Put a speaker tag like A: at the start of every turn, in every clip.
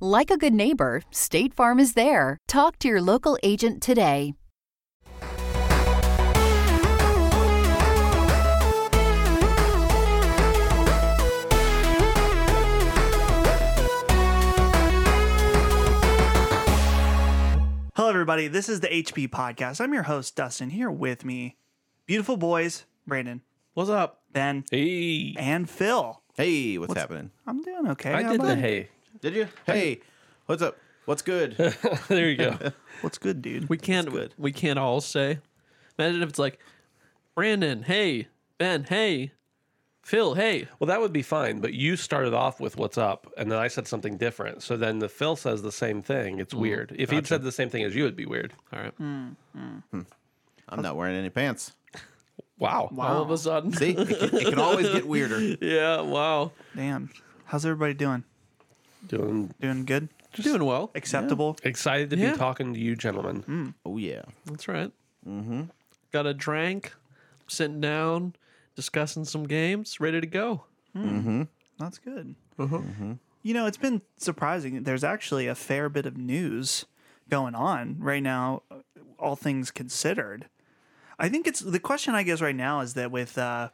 A: Like a good neighbor, State Farm is there. Talk to your local agent today.
B: Hello, everybody. This is the HP Podcast. I'm your host, Dustin, here with me. Beautiful boys, Brandon,
C: What's up?
B: Ben,
C: Hey.
B: and Phil.
D: Hey, what's, happening?
B: I'm doing okay.
C: I
B: How
C: did the
B: about-
C: hey.
D: Did you? Hey, what's up? What's good?
C: There you go.
B: What's good, dude?
E: We can't.
D: good.
E: We can't all say. Imagine if it's like, Brandon, hey, Ben, hey, Phil, hey.
C: well, that would be fine, but you started off with what's up, and then I said something different. So then the Phil says the same thing. It's weird. If he'd said Mm. the same thing as you, it'd be weird.
E: All right.
D: I'm not wearing any pants.
C: Wow.
E: All of a sudden.
D: See, it can, it can always get weirder.
E: yeah. Wow.
B: Damn. How's everybody doing?
C: Doing
B: Doing good?
E: Doing well.
B: Acceptable?
C: excited to
E: Yeah.
C: be talking to you, gentlemen.
D: Oh yeah.
E: That's right. Mm-hmm. Got a drink. Sitting down, discussing some games. Ready to go.
B: That's good.
D: Mm-hmm.
B: You know, it's been surprising. There's actually a fair bit of news going on right now, uh, all things considered. I think it's the question I guess right now is that with uh,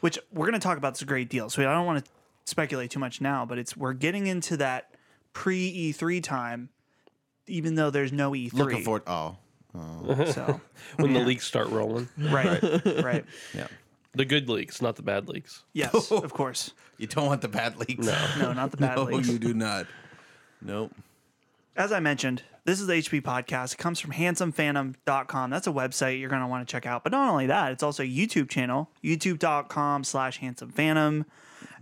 B: which we're going to talk about this a great deal. So I don't want to speculate too much now, but it's we're getting into that pre E3 time, even though there's no E3.
D: Looking forward. Oh,
B: so
C: When the leaks start rolling,
B: right, right,
D: yeah.
C: the good leaks, not the bad leaks.
B: yes, of course.
D: You don't want the bad leaks. No,
B: No, not the bad leaks.
D: you do not. Nope.
B: As I mentioned, this is the HP podcast. It comes from handsomephantom.com. That's a website you're going to want to check out. But not only that, it's also a YouTube channel, youtube.com slash handsomephantom.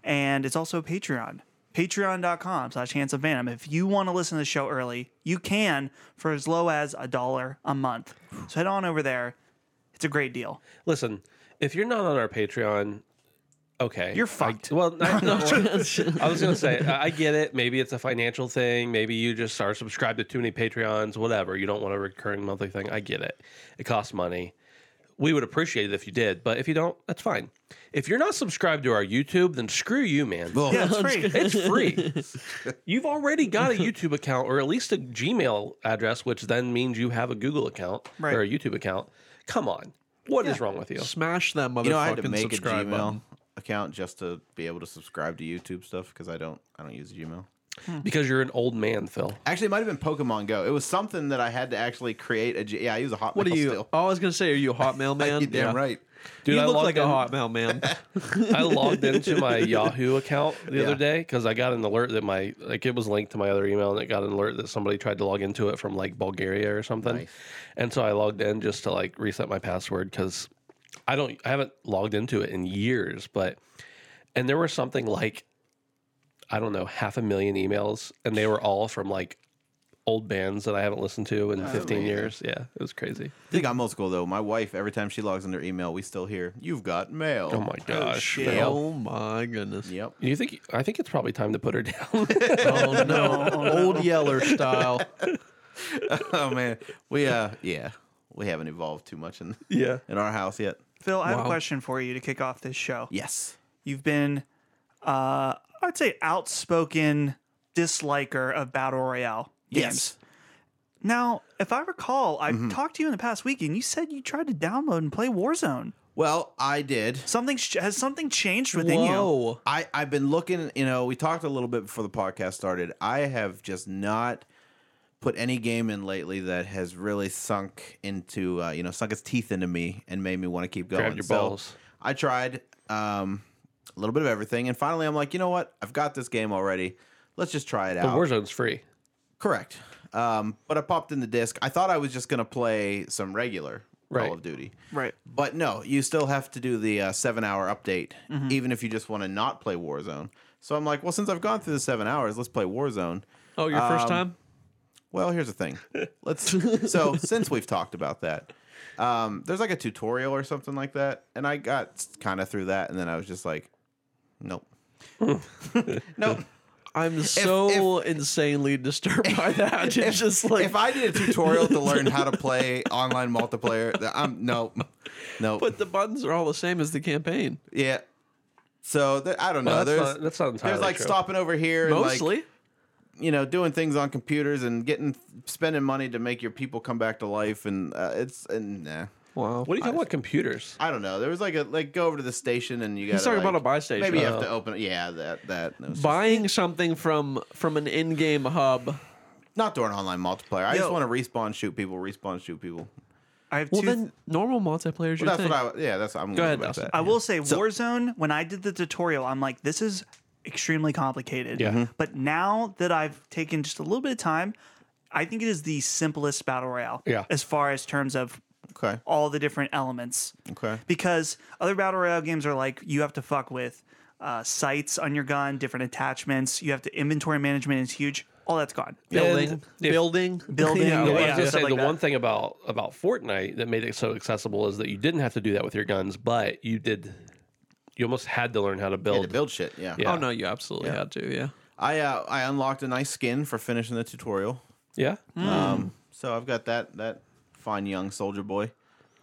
B: And it's also Patreon, patreon.com slash handsomephantom. If you want to listen to the show early, you can for as low as a dollar a month. So head on over there. It's a great deal.
C: Listen, if you're not on our Patreon, okay,
B: You're
C: I-
B: fucked.
C: well, I, no, I was gonna say I I get it. Maybe it's a financial thing. Maybe you just are subscribed to too many Patreons. Whatever. You don't want a recurring monthly thing. I get it. It costs money. We would appreciate it if you did, but if you don't, that's fine. If you're not subscribed to our YouTube, then screw you, man.
D: Well,
B: Yeah, it's free.
C: It's free. You've already got a YouTube account or at least a Gmail address, which then means you have a Google account
B: Right.
C: or a YouTube account. Come on. what is wrong with you?
E: Smash that motherfucking
D: you know I had to make a
E: subscribe
D: Gmail
E: button.
D: account just to be able to subscribe to YouTube stuff because I don't I don't use Gmail.
C: Because you're an old man, Phil.
D: Actually, it might have been Pokemon Go. It was something that I had to actually create a. G- yeah, I use a Hotmail.
E: What are you?
D: Still.
E: Oh, I was gonna say, are you a Hotmail man?
D: you
E: Yeah.
D: damn right.
C: Dude,
E: you
C: I
E: look
C: logged
E: like
C: in-
E: a Hotmail man.
C: I logged into my Yahoo account the
D: Yeah.
C: other day because I got an alert that my like it was linked to my other email and it got an alert that somebody tried to log into it from like Bulgaria or something.
D: Nice.
C: And so I logged in just to like reset my password because I don't I haven't logged into it in years, but and there were something like I don't know, half a million emails and they were all from like old bands that I haven't listened to in 15
D: man.
C: years. Yeah, it was crazy.
D: I think I'm old school though. My wife, every time she logs in her email, we still hear, "You've got mail."
C: Oh my gosh.
D: shit.
C: Val.
E: oh my goodness.
D: Yep.
C: You think I think it's probably time to put her down.
E: Oh no, old Yeller style.
D: oh man, we uh, yeah, we haven't evolved too much in
C: yeah.
D: in our house yet.
B: Phil, I have a
E: Wow.
B: question for you to kick off this show.
D: Yes.
B: You've been, uh, I'd say, outspoken disliker of Battle Royale games.
D: Yes.
B: Now, if I recall, I talked to you in the past week, and you said you tried to download and play Warzone.
D: Well, I did.
B: Something has something changed within you.
E: Whoa.
D: I I've been looking. You know, we talked a little bit before the podcast started. I have just not put any game in lately that has really sunk into uh, you know sunk its teeth into me and made me want to keep going.
C: Grabbed your
D: So,
C: balls.
D: I tried um, a little bit of everything, and finally, I'm like, you know what? I've got this game already. Let's just try it
C: The
D: out.
C: Warzone's free.
D: Correct. Um, but I popped in the disc. I thought I was just gonna play some regular
C: Right.
D: Call of Duty,
B: Right.
D: but no, you still have to do the uh, seven-hour update, even if you just want to not play Warzone. So I'm like, well, since I've gone through the seven hours, let's play Warzone.
E: Oh, your first time?
D: Well, here's the thing. Let's so since we've talked about that, um, there's like a tutorial or something like that, and I got kind of through that, and then I was just like, nope, nope.
E: I'm so insanely disturbed by that. It's just like
D: if I did a tutorial to learn how to play online multiplayer, th- I'm nope, nope.
E: but the buttons are all the same as the campaign.
D: yeah. So th- I don't know.
C: Well, that's,
D: there's
C: not, that's not entirely
D: there's like
C: true.
D: stopping over here, and, like,
E: Mostly.
D: you know doing things on computers and getting spending money to make your people come back to life and uh, it's and nah.
E: wow.
C: What are you talking about? Computers?
D: I don't know. There was like a like go over to the station and you got.
E: talking about a buy station.
D: Maybe you
E: Oh.
D: have
C: Uh-huh.
D: to open. it. Yeah, that that. It was just-
E: Buying something from from an in-game hub.
D: not during online multiplayer. I
B: Yo.
D: just want to respawn, shoot people, respawn, shoot people.
B: I have
E: Well,
B: two.
E: then normal multiplayer is
D: Well,
E: your
D: that's
E: thing.
D: what I. Yeah, that's. I'm
E: Go
D: gonna
E: ahead,
D: go with
E: Dustin.
D: that.
B: I will say
D: So-
B: Warzone. When I did the tutorial, I'm like, this is extremely complicated.
C: Yeah. Mhm.
B: But now that I've taken just a little bit of time, I think it is the simplest battle royale.
C: Yeah.
B: As far as terms of
D: Okay.
B: all the different elements.
D: Okay.
B: Because other battle royale games are like you have to fuck with uh, sights on your gun, different attachments. You have to inventory management is huge. All that's gone.
E: Building,
C: And if-
E: building,
B: Building,
E: Yeah,
C: Yeah,
B: yeah,
C: I was
B: yeah.
C: gonna say
B: stuff like
C: the
B: that.
C: one thing about about Fortnite that made it so accessible is that you didn't have to do that with your guns, but you did. You almost had to learn how to
D: Yeah,
C: build.
D: to build shit. Yeah.
C: Yeah.
E: Oh no, you absolutely had to. Yeah.
D: I uh, I unlocked a nice skin for finishing the tutorial.
C: Yeah,
D: Um. So I've got that that fine young soldier boy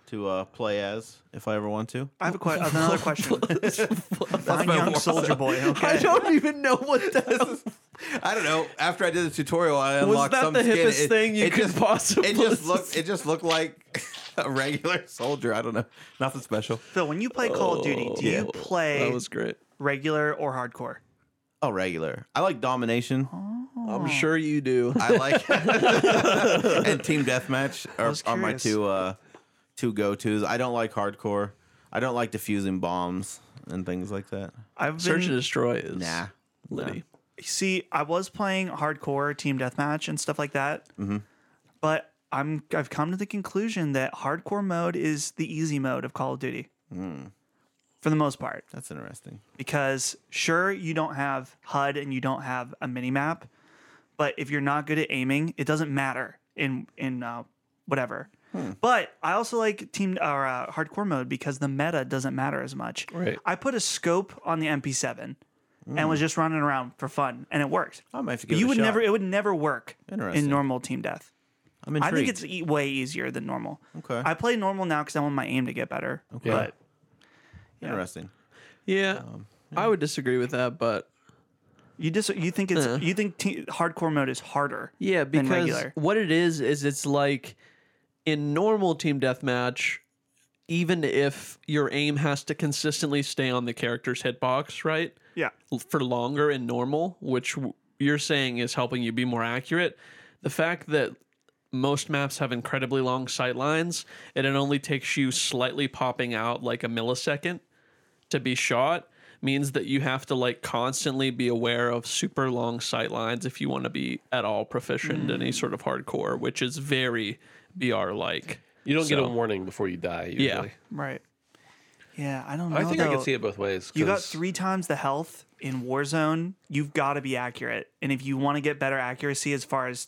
D: to uh, play as if I ever want to.
B: I have a que- another question. Fine young soldier boy. Okay.
E: I don't even know what that is.
D: I don't know. After I did the tutorial, I
E: Was
D: unlocked
E: that
D: some
E: the
D: skin.
E: hippest
D: It-
E: thing you
D: it
E: could
D: just-
E: possibly?
D: It just looked. It just looked like a regular soldier. I don't know. Nothing special.
B: Phil, when you play Call of Duty, do you play
E: Oh, That was great.
B: regular or hardcore?
D: Oh, regular. I like domination.
E: I'm sure you do.
D: I like and team deathmatch are,
B: was
D: are my
B: curious.
D: two uh two go tos. I don't like hardcore. I don't like defusing bombs and things like that.
B: I've been,
E: Search and destroy is
D: Nah.
E: Liddy.
B: see i was playing hardcore team deathmatch and stuff like that
E: Mm-hmm.
B: but i'm i've come to the conclusion that hardcore mode is the easy mode of call of duty
E: Hmm.
B: for the most part
D: That's interesting.
B: because sure you don't have hud and you don't have a mini map but if you're not good at aiming it doesn't matter in in uh, whatever
D: Hmm.
B: But I also like team or uh, hardcore mode because the meta doesn't matter as much.
C: Right.
B: I put a scope on the MP7 and was just running around for fun, and it worked
D: Hmm. I might have to give it
B: you
D: a
B: would
D: shot.
B: never it would never work in
D: Interesting.
B: normal team death
D: I'm intrigued.
B: i think it's e- way easier than normal
D: Okay.
B: i play normal now because i want my aim to get better okay.
C: Yeah.
B: but
D: interesting.
E: Um, Yeah, I would disagree with that, but
B: you just you think it's
C: Uh.
B: you think te- hardcore mode is harder
E: yeah,
B: than
E: because
B: regular
E: what it is is it's like in normal team deathmatch, even if your aim has to consistently stay on the character's hitbox, right?
B: yeah
E: l- for longer in normal, which w- you're saying is helping you be more accurate. The fact that most maps have incredibly long sight lines and it only takes you slightly popping out like a millisecond to be shot means that you have to like constantly be aware of super long sight lines if you want to be at all proficient in any sort of hardcore, which is very BR like.
C: you don't get a
E: So-
C: warning before you die. Usually.
E: Yeah.
B: right yeah i don't know
C: I think I
B: though.
C: can see it both ways.
B: you got
C: 'cause-
B: three times the health in warzone you've got to be accurate and if you want to get better accuracy as far as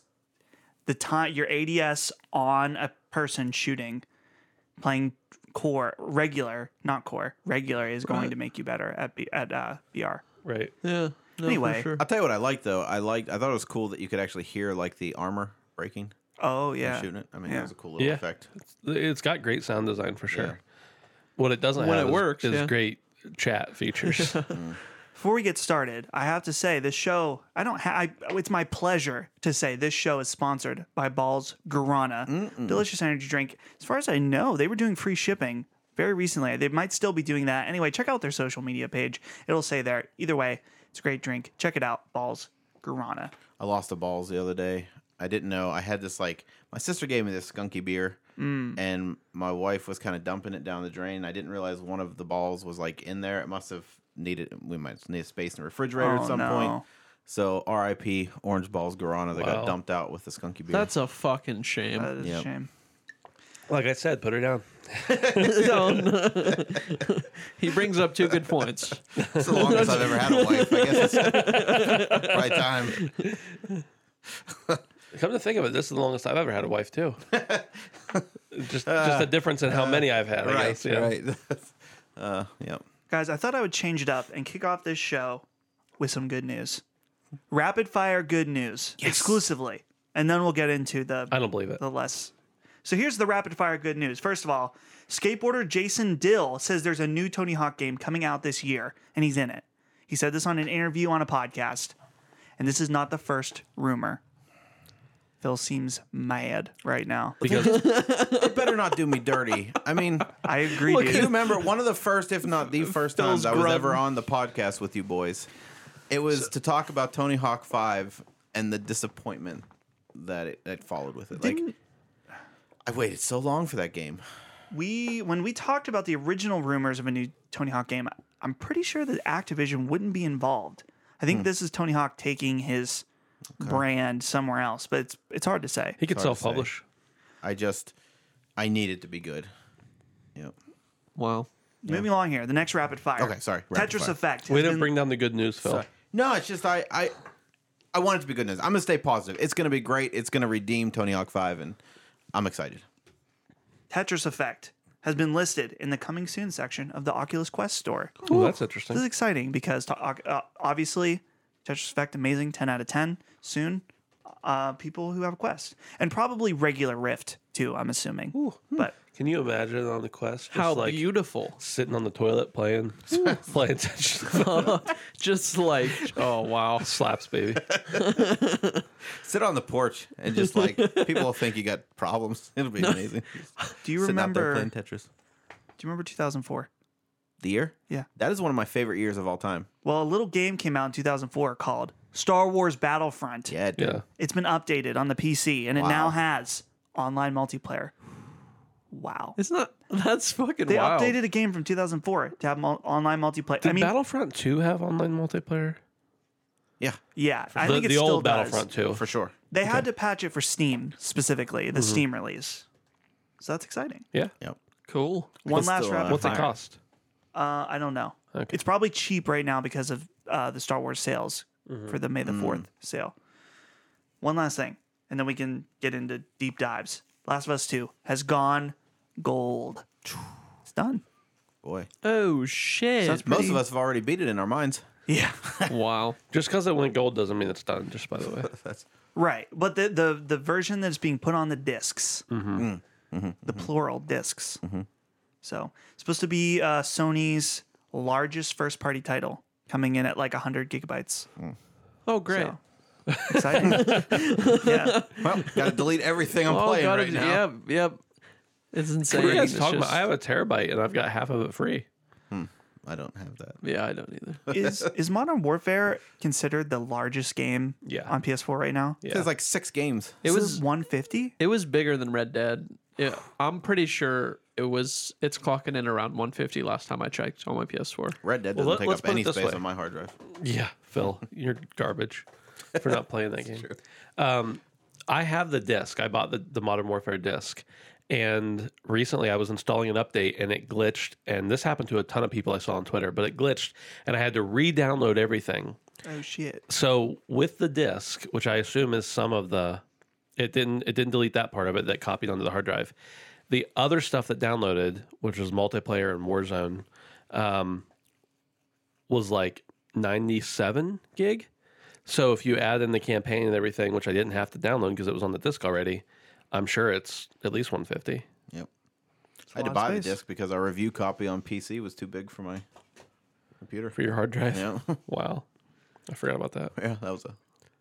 B: the time your ads on a person shooting playing core regular not core regular is going to make you better at B, at uh, br
C: right.
E: Yeah. No, for
B: Anyway.
E: sure.
D: I'll tell you what I like though. I liked. I thought it was cool that you could actually hear like the armor breaking.
B: oh
D: when
B: yeah
D: Shooting it. I mean,
B: Yeah.
D: that was a cool little
C: Yeah.
D: effect.
C: It's got great sound design for sure. What it doesn't
E: When
C: have
E: it
C: is-
E: works,
C: is
E: yeah.
C: great chat features.
B: before we get started i have to say this show i don't ha- I, it's my pleasure to say this show is sponsored by balls guarana delicious energy drink as far as i know they were doing free shipping very recently they might still be doing that anyway check out their social media page it'll say there either way it's a great drink check it out balls guarana
D: I lost the balls the other day. I didn't know. I had this like my sister gave me this skunky beer,
B: Mm.
D: and my wife was kind of dumping it down the drain. I didn't realize one of the balls was like in there. It must have needed. We might need space in the refrigerator
B: Oh,
D: at some point.
B: no.
D: So R.I.P. Orange Balls Guarana that
C: Wow.
D: got dumped out with the skunky beer.
E: That's a fucking shame.
B: that Uh, is a
D: Yep.
B: shame
C: like I said, put her down.
E: Don't. he brings up two good points.
D: That's the longest I've ever had a wife. I guess it's right time.
C: Come to think of it, this is the longest I've ever had a wife too. just Uh, just a difference in how many I've had. I guess, yeah.
D: right. uh, yep.
B: Guys, I thought I would change it up and kick off this show with some good news. Rapid fire good news exclusively. And then we'll get into the
C: I don't believe it.
B: the less. So here's the rapid fire good news. First of all, skateboarder Jason Dill says there's a new Tony Hawk game coming out this year, and he's in it. He said this on an interview on a podcast, and this is not the first rumor. Phil seems mad right now.
C: Because
D: It better not do me dirty. I mean,
B: I agree,
D: Do
B: dude.
D: you remember one of the first, if not the first times I was
E: grub.
D: ever on the podcast with you boys? It was to talk about Tony Hawk Five and the disappointment that it that followed with it. like, I waited so long for that game.
B: we when we talked about the original rumors of a new Tony Hawk game, I'm pretty sure that Activision wouldn't be involved. I think this is Tony Hawk taking his brand somewhere else, but it's it's hard to say.
C: he could
D: hard to
C: self publish.
D: I just, I needed to be good. Yep.
E: Wow.
B: Moving along here, the next rapid fire.
D: Okay, sorry, rapid
B: Tetris
D: fire.
B: Effect.
C: We
B: has
C: didn't
B: been-
C: bring down the good news, Phil.
D: No, it's just I, I, I want it to be good news. I'm gonna stay positive. It's gonna be great. It's gonna redeem Tony Hawk Five, and I'm excited.
B: Tetris Effect has been listed in the coming soon section of the Oculus Quest store.
C: Ooh, that's
B: This is
C: interesting.
B: exciting because to, uh, obviously Tetris Effect amazing, 10 out of 10 soon. Uh, people who have a Quest and probably regular Rift too, I'm assuming.
D: hmm.
B: But
C: Can you imagine on the quest just
E: How
C: like
E: beautiful.
C: sitting on the toilet playing playing Tetris
E: Just like oh wow.
C: slaps, baby.
D: Sit on the porch and just like people will think you got problems. It'll be amazing.
B: do you
D: Sitting out there
B: remember
D: playing
B: do
D: Tetris.
B: you remember 2004?
D: The year?
B: Yeah.
D: That is one of my favorite years of all time.
B: Well, a little game came out in 2004 called Star Wars Battlefront.
D: Yeah. It
C: Yeah.
B: It's been updated on the PC and it
D: Wow.
B: now has online multiplayer. Wow.
E: It's not. That's fucking
B: They
E: wild.
B: updated a game from 2004 to have mul- online multiplayer.
C: Did
B: I mean,
C: Battlefront 2 have online multiplayer?
D: Yeah.
B: yeah, I
C: the
B: think it
C: the
B: still
C: old
B: does.
C: Battlefront 2.
D: For sure.
B: They had to patch it for Steam specifically,
C: Mm-hmm.
B: the Steam release. So that's exciting.
C: Yeah.
D: Yep.
E: Cool.
B: One
D: It's
B: last
D: still, uh,
B: rapid
C: What's it
B: fire.
C: cost?
B: Uh, I don't know.
C: Okay.
B: It's probably cheap right now because of uh, the Star Wars sales
C: Mm-hmm.
B: for the May the 4th
D: Mm.
B: sale. One last thing, and then we can get into deep dives. Last of Us 2 has gone gold. It's done.
D: Boy.
E: Oh shit.
B: Sounds
D: Most of
B: Pretty-
D: us have already beat it in our minds.
B: Yeah.
E: wow.
C: Just because it went gold doesn't mean it's done, just by the way.
B: Right, but the the the version that's being put on the disks
E: Mm-hmm.
B: the plural disks So supposed to be uh, Sony's largest first party title, coming in at like hundred gigabytes.
E: Oh great.
B: So, exciting! yeah,
D: Well, gotta delete everything I'm
E: oh
D: playing
E: god.
D: right
E: it-
D: now.
E: Yep. Yep. It's insane.
C: What are you guys
E: It's
C: talking
E: just-
C: about? I have a terabyte and I've got half of it free.
D: I don't have that.
E: yeah, I don't either.
B: is is Modern Warfare considered the largest game
C: Yeah.
B: on PS4 right now?
C: Yeah.
D: There's like six games.
E: It was
B: one fifty.
E: It was bigger than Red Dead. Yeah, I'm pretty sure it was. It's clocking in around 150 last time I checked on my PS4.
D: Red Dead
C: Well,
D: doesn't
C: let-
D: take
C: let's
D: up
C: put it
D: any
C: this
D: space
C: way.
D: on my hard drive.
C: Yeah, Phil, you're garbage for not playing that game. Um, I have the disc. I bought the, the Modern Warfare disc. And recently I was installing an update and it glitched. And this happened to a ton of people I saw on Twitter, but it glitched. And I had to re download everything.
B: Oh shit!
C: So with the disc, which I assume is some of the, it didn't it didn't delete that part of it that copied onto the hard drive. The other stuff that downloaded, which was multiplayer and Warzone, um, was like ninety seven gig. So if you add in the campaign and everything, which I didn't have to download because it was on the disc already, I'm sure it's at least one fifty.
D: Yep.
B: a
D: I had to
B: lot of
D: buy the
B: space.
D: disc because our review copy on PC was too big for my computer.
C: for your hard drive.
D: Yeah.
C: Wow, I forgot about that.
D: Yeah, that was a.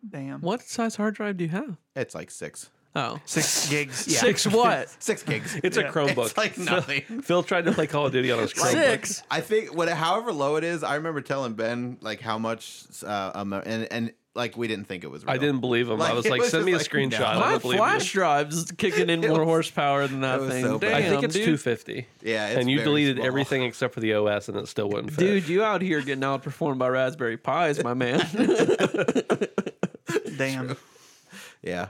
B: Damn.
E: What size hard drive do you have?
D: It's like six.
E: Oh,
B: Six gigs. Yeah.
E: six what?
D: Six gigs.
C: It's a Chromebook.
D: It's like nothing.
C: Phil tried to play Call of Duty on his Chromebook.
E: Six.
D: I think what however low it is, I remember telling Ben like how much uh, um, and and like we didn't think it was. Real.
C: I didn't believe him. I
D: Like,
C: was
D: it
C: like,
D: was
C: send me a
D: just like,
C: screenshot.
D: no.
C: I
E: My
C: don't believe
E: flash
C: you.
E: drive's kicking in more horsepower than that
D: was
E: thing.
D: so bad.
E: Damn,
D: I
C: I think it's
E: dude.
C: 250.
D: Yeah, it's
C: and you
D: very
C: deleted
D: small.
C: everything except for the OS, and it still wouldn't fit.
E: Dude, you out here getting outperformed by Raspberry Pis, my man.
B: Damn.
D: Yeah.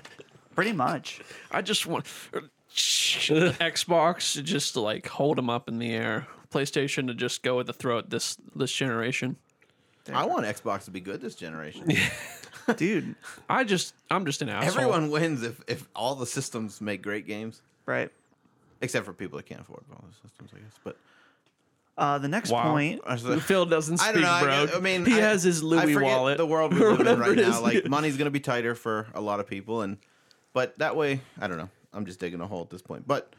B: Pretty much.
E: I just want Xbox to just like hold them up in the air. PlayStation to just go at the throat this this generation.
D: I want Xbox to be good this generation.
B: Dude,
E: I just I'm just an asshole.
D: Everyone wins if, if all the systems make great games,
B: right.
D: except for people that can't afford all the systems, I guess. But
B: Uh, the next point.
D: I was-
E: Phil doesn't speak,
D: I don't know. I
E: bro.
D: guess- I, mean,
E: he
D: I-
E: has his
D: I
E: Louis
D: forget
E: wallet.
D: The world we
E: or
D: live in
E: whatever
D: right
E: it
D: now,
E: is.
D: like money's going to be tighter for a lot of people, and but that way, I don't know. I'm just digging a hole at this point, but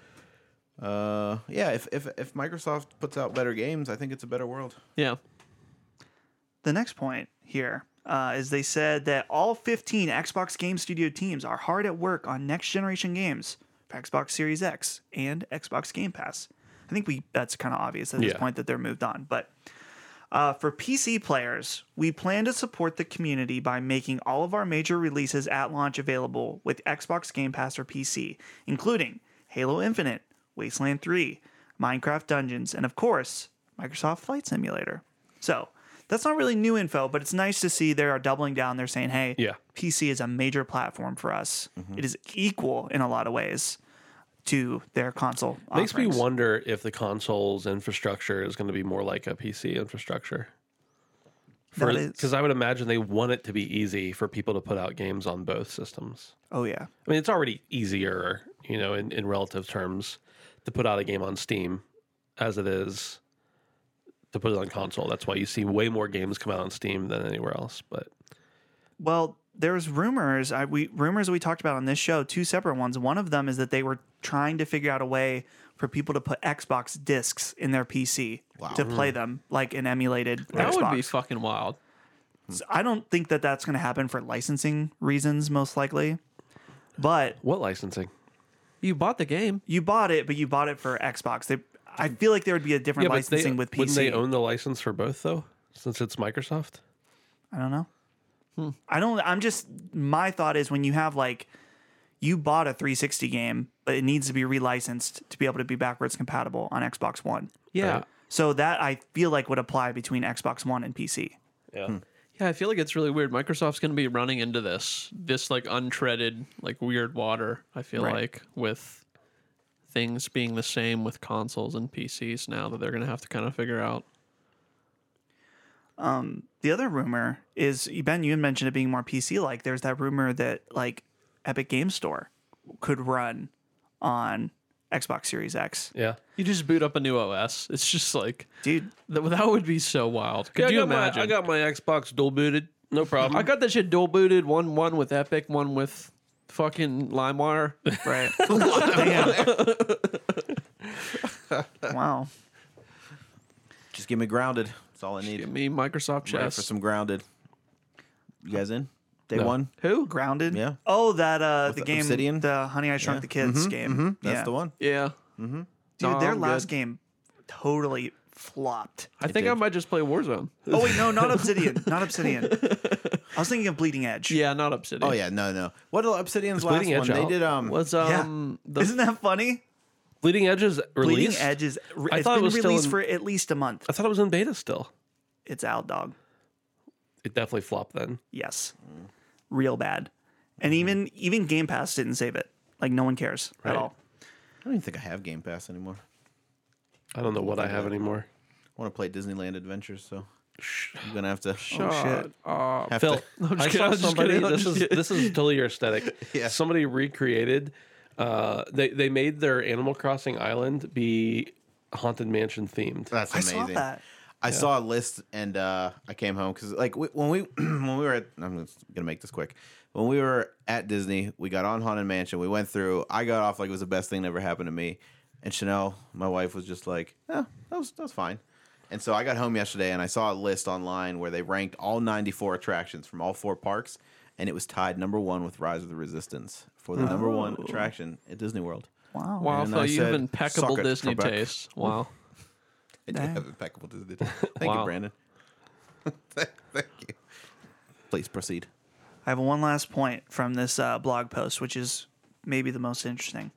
D: uh, yeah. If if if Microsoft puts out better games, I think it's a better world.
E: yeah.
B: The next point here uh, is they said that all 15 Xbox Game Studio teams are hard at work on next generation games for Xbox Series X and Xbox Game Pass. I think we that's kind of obvious at this
C: Yeah.
B: point that they're moved on, but. Uh, for PC players, we plan to support the community by making all of our major releases at launch available with Xbox Game Pass or PC, including Halo Infinite, Wasteland 3, Minecraft Dungeons, and of course, Microsoft Flight Simulator. So, that's not really new info, but it's nice to see they are doubling down. They're saying, hey,
C: Yeah. Mm-hmm.
B: PC is a major platform for us. It is equal in a lot of ways to their console.
C: Makes me
B: offerings.
C: wonder if the console's infrastructure is going to be more like a PC infrastructure.
B: That is-
C: Because I would imagine they want it to be easy for people to put out games on both systems.
B: Oh, yeah.
C: I mean, it's already easier, you know, in, in relative terms to put out a game on Steam as it is to put it on console. That's why you see way more games come out on Steam than anywhere else. But
B: Well, there's rumors. I we rumors we talked about on this show, two separate ones. One of them is that they were trying to figure out a way for people to put Xbox discs in their PC to
C: Hmm.
B: play them like an emulated
E: That
B: Xbox.
E: would be fucking wild.
B: I don't think that that's going to happen for licensing reasons, most likely. But
C: what licensing?
E: You bought the game.
B: you bought it, but you bought it for Xbox. They, I feel like there would be a different
C: but
B: licensing with
C: Wouldn't
B: PC.
C: they own the license for both, though, since it's Microsoft?
B: I don't know. I don't. I'm just. My thought is when you have like, you bought a 360 game, but it needs to be relicensed to be able to be backwards compatible on Xbox One.
E: Yeah.
C: Right.
B: So that I feel like would apply between Xbox One and PC.
C: Yeah.
E: Yeah, I feel like it's really weird. Microsoft's going to be running into this, this like untreaded, like weird water. I feel
B: Right.
E: like with things being the same with consoles and PCs now that they're going to have to kind of figure out.
B: The other rumor is Ben, you had mentioned it being more PC like. There's that rumor that like Epic Game Store could run on Xbox Series X.
C: Yeah.
E: You just boot up a new OS. It's just like
B: Dude,
E: th- that would be so wild. Could you
C: Yeah, I got my-
E: imagine?
C: I got my Xbox dual booted. No problem.
E: I got that shit dual booted. One one with Epic, one with fucking LimeWire.
B: Right. wow.
D: Just give me grounded. That's all I need.
E: Give me Microsoft
D: Ready
E: Chess.
D: for some grounded. You guys in? Day
C: No.
D: one.
E: Who?
B: Grounded.
D: Yeah.
B: Oh, that uh, the
D: the
B: game,
D: Obsidian? Mm-hmm,
B: the Honey I Shrunk the Kids game.
D: That's
B: yeah.
D: the one.
E: Yeah.
B: Dude,
E: No,
B: their
E: I'm
B: last
E: good.
B: game totally flopped.
E: I think I might just play Warzone.
B: Oh wait, no, not Obsidian. Not Obsidian. I was thinking of Bleeding Edge.
E: Yeah, not Obsidian.
D: Oh yeah, no, no. What are Obsidian's last
C: Bleeding
D: one?
C: Edge
D: They
C: out?
D: did um.
E: Was
B: Yeah.
E: um the
B: Isn't that funny?
C: Bleeding Edge is
B: Bleeding
C: released.
B: Edge is. Re-
C: I
B: it's
C: thought it
B: been
C: was still
B: released
C: in-
B: for at least a month.
C: I thought it was in beta still.
B: It's out, dog.
C: It definitely flopped then.
B: Yes,
D: Mm.
B: real bad. And
D: Mm-hmm.
B: even even Game Pass didn't save it. Like no one cares at
C: Right.
B: all.
D: I don't even think I have Game Pass anymore.
C: I don't know what I have anymore.
D: I want to play Disneyland Adventures, so I'm gonna have to.
E: oh, shit.
B: shit.
D: have
C: Phil,
D: to-
E: I'm just
C: I
E: kidding,
C: saw
E: I'm just
C: somebody.
E: kidding, I'm
C: This
E: just
C: is
E: kidding.
C: this is totally your aesthetic.
D: Yeah.
C: Somebody recreated. Uh, they they made their Animal Crossing island be haunted mansion themed.
D: That's
B: I saw
D: amazing.
B: that.
D: I saw a list and uh, I came home because like we, when we when we were at I'm just gonna make this quick. When we were at Disney, we got on Haunted Mansion. We went through. I got off like it was the best thing that ever happened to me. And Chanel, my wife, was just like, "Yeah, that was that was fine." And so I got home yesterday and I saw a list online where they ranked all 94 attractions from all four parks, and it was tied number one with Rise of the Resistance for the number one
B: Oh.
D: attraction at Disney World.
B: Wow.
E: Wow,
D: And
E: Phil,
D: I
E: you
D: said,
E: have impeccable
D: "Suck it,
E: Disney
D: Trebek."
E: taste. Wow.
D: I do
B: Dang.
D: have impeccable Disney. taste. Thank you,
E: Wow.
D: Brandon. Thank thank you. Please proceed.
B: I have one last point from this uh, blog post, which is maybe the most interesting.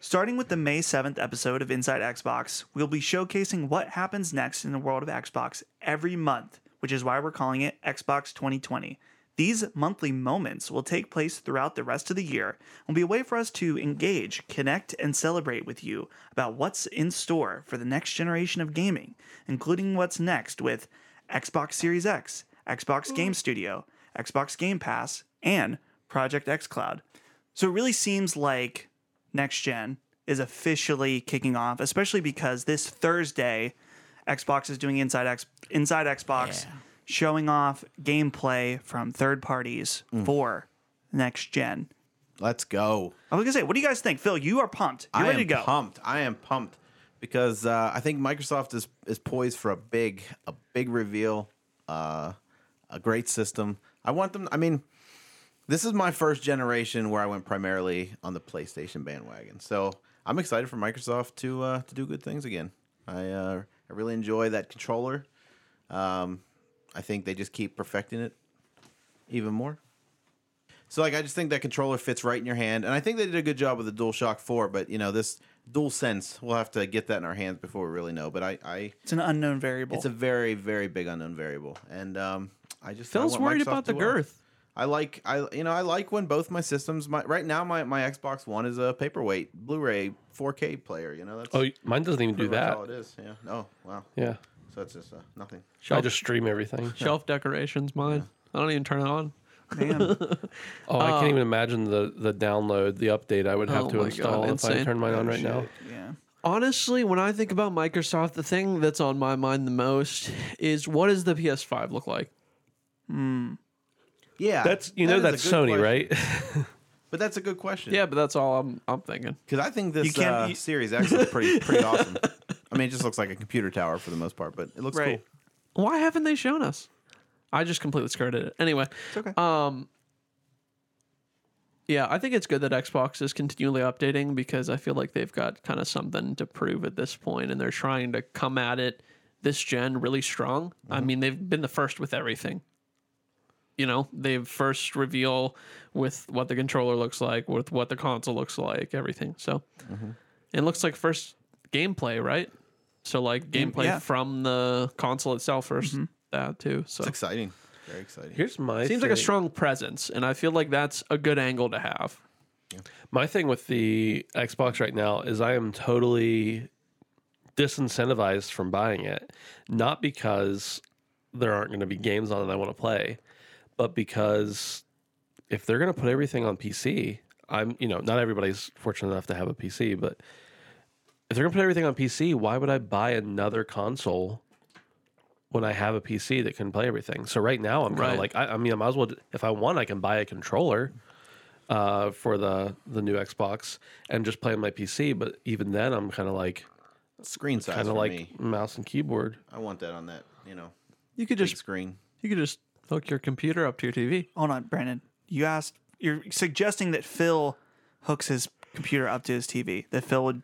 B: Starting with the May 7th episode of Inside Xbox, we'll be showcasing what happens next in the world of Xbox every month, which is why we're calling it Xbox 2020. These monthly moments will take place throughout the rest of the year and will be a way for us to engage, connect, and celebrate with you about what's in store for the next generation of gaming, including what's next with Xbox Series X, Xbox Game Studio, Xbox Game Pass, and Project xCloud. So it really seems like next gen is officially kicking off, especially because this Thursday, Xbox is doing Inside X Inside Xbox, showing off gameplay from third parties
D: Mm.
B: for next gen.
D: Let's go.
B: I was gonna say, what do you guys think, Phil? You are pumped. You're
D: I
B: ready
D: am
B: to go.
D: pumped. I am pumped because uh, I think Microsoft is is poised for a big a big reveal, uh, a great system. I want them. I mean, this is my first generation where I went primarily on the PlayStation bandwagon. So I'm excited for Microsoft to uh, to do good things again. I uh, I really enjoy that controller. Um, I think they just keep perfecting it even more. So like I just think that controller fits right in your hand, and I think they did a good job with the DualShock Four. But you know this Dual Sense, we'll have to get that in our hands before we really know. But I, I
B: It's an unknown variable.
D: it's a very very big unknown variable, and um, I just I
E: Phil's
D: want
E: worried
D: Microsoft
E: about
D: to uh,
E: the
D: do well.
E: girth.
D: I like I you know I like when both my systems. My right now my my Xbox One is a paperweight Blu-ray 4K player. You know that's
C: Oh, mine doesn't even do
D: pretty much
C: that.
D: all it is. Yeah. Oh wow.
C: Yeah,
D: So it's just uh, nothing.
C: I just stream everything.
E: Shelf decorations, mine. I don't even turn it on.
B: Man,
C: Oh, I can't even imagine the the download, the update I would have
E: Oh
C: to
E: my God,
C: install if I
E: insane.
C: turned mine on right now.
B: yeah.
E: Honestly, when I think about Microsoft, the thing that's on my mind the most is what does the PS5 look like?
D: Yeah.
C: That's you know
D: that is a
C: that's
D: good
C: Sony,
D: question.
C: right?
D: But that's a good question.
E: Yeah, but that's all I'm I'm thinking.
D: Because I think this
B: You can't-
D: uh,
B: you-
D: Series X is pretty pretty awesome. I mean, it just looks like a computer tower for the most part, but it looks
B: Right.
D: cool.
E: Why haven't they shown us? I just completely skirted it. Anyway,
B: It's okay.
E: um yeah, I think it's good that Xbox is continually updating because I feel like they've got kind of something to prove at this point and they're trying to come at it this gen really strong. I
B: Mm-hmm.
E: mean, they've been the first with everything. You know, they've first reveal with what the controller looks like, with what the console looks like, everything. So
B: Mm-hmm.
E: it looks like first gameplay, right? So like gameplay
B: yeah.
E: from the console itself 1st that too. So
D: It's exciting. Very exciting.
C: Here's my
E: Seems like a
C: thing.
E: strong presence, and I feel like that's a good angle to have.
C: My thing with the Xbox right now is I am totally disincentivized from buying it, not because there aren't going to be games on it I want to play, but because if they're going to put everything on PC, I'm, you know, not everybody's fortunate enough to have a PC, but if they're going to put everything on PC, why would I buy another console when I have a PC that can play everything? So right now I'm kind of
E: Right.
C: like, I, I mean, I might as well, if I want, I can buy a controller uh, for the the new Xbox and just play on my PC. But even then, I'm kind of like
D: Screen size
C: kind
D: for
C: of like
D: me.
C: mouse and keyboard.
D: I want that on that. You know,
E: You could
D: big
E: just
D: screen.
E: you could just hook your computer up to your TV.
B: Hold on, Brandon. You asked. You're suggesting that Phil hooks his computer up to his TV. That Phil would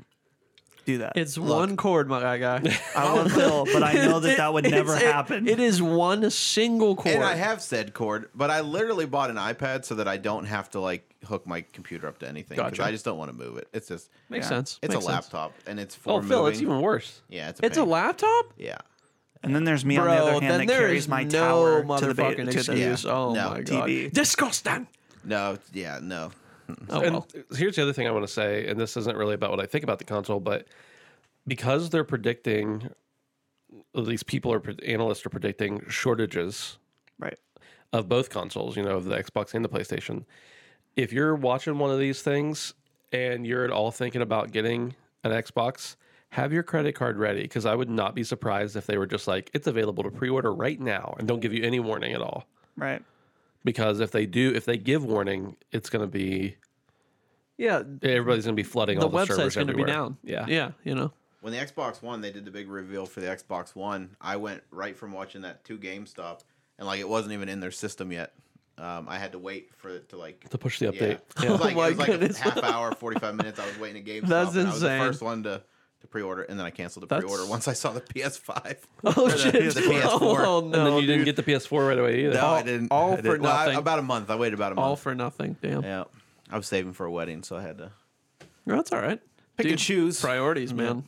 B: do that.
E: It's one cord, my guy.
B: I love Phil, but I know that that would
E: It's-
B: never
E: it-
B: happen.
E: It is one single cord.
D: And I have said cord, but I literally bought an iPad so that I don't have to like hook my computer up to anything because
E: Gotcha.
D: I just don't want to move it. It's just
E: Makes
B: Yeah.
E: sense.
D: it's
E: Makes
D: a
E: sense.
D: laptop and it's for
C: Oh, Phil, it's
D: moving.
C: even worse.
D: yeah, it's a
E: It's a
D: pain.
E: laptop.
D: yeah.
B: and then there's me
E: Bro,
B: on the other hand
E: then
B: that
E: there
B: carries
E: is
B: my
E: no
B: tower to the, ba-
E: motherfucking
B: to the
E: excuse. Oh
D: No,
E: my god,
B: TV.
E: disgusting.
D: No, yeah, no.
E: Oh
C: and
E: well,
C: here's the other thing I want to say, and this isn't really about what I think about the console, but because they're predicting, at least people are pre- analysts are predicting shortages
B: right.
C: of both consoles, you know, of the Xbox and the PlayStation. If you're watching one of these things and you're at all thinking about getting an Xbox, have your credit card ready because I would not be surprised if they were just like, it's available to pre order right now and don't give you any warning at all.
B: Right.
C: Because if they do, if they give warning, it's going to be
E: yeah.
C: everybody's going to be flooding
E: The
C: all the
E: website's
C: servers
E: going to be
C: everywhere.
E: down.
C: Yeah.
E: yeah. You know,
D: When the Xbox One, they did the big reveal for the Xbox One. I went right from watching that to GameStop, and like it wasn't even in their system yet. Um, I had to wait for it to like
C: To push the
D: Yeah.
C: update.
D: It was like,
E: Oh my
D: it was like a
E: goodness.
D: half hour, 45 minutes. I was waiting at GameStop.
E: That's
D: and I was the
E: insane.
D: first one to, to pre order, and then I canceled the pre
E: That's-
D: order once I saw the PS5.
E: Oh shit!
D: the PS4.
E: Oh
C: And
E: no!
C: then you didn't
E: dude.
C: get the PS4 right away either.
D: No,
E: All-
D: I didn't.
E: all
D: I
E: for
D: didn't. Well, I-
E: nothing.
D: about a month. I waited about a month.
E: all for nothing. Damn,
D: yeah. I was saving for a wedding, so I had to
E: that's all right.
D: pick
E: Dude,
D: and choose.
E: priorities, man.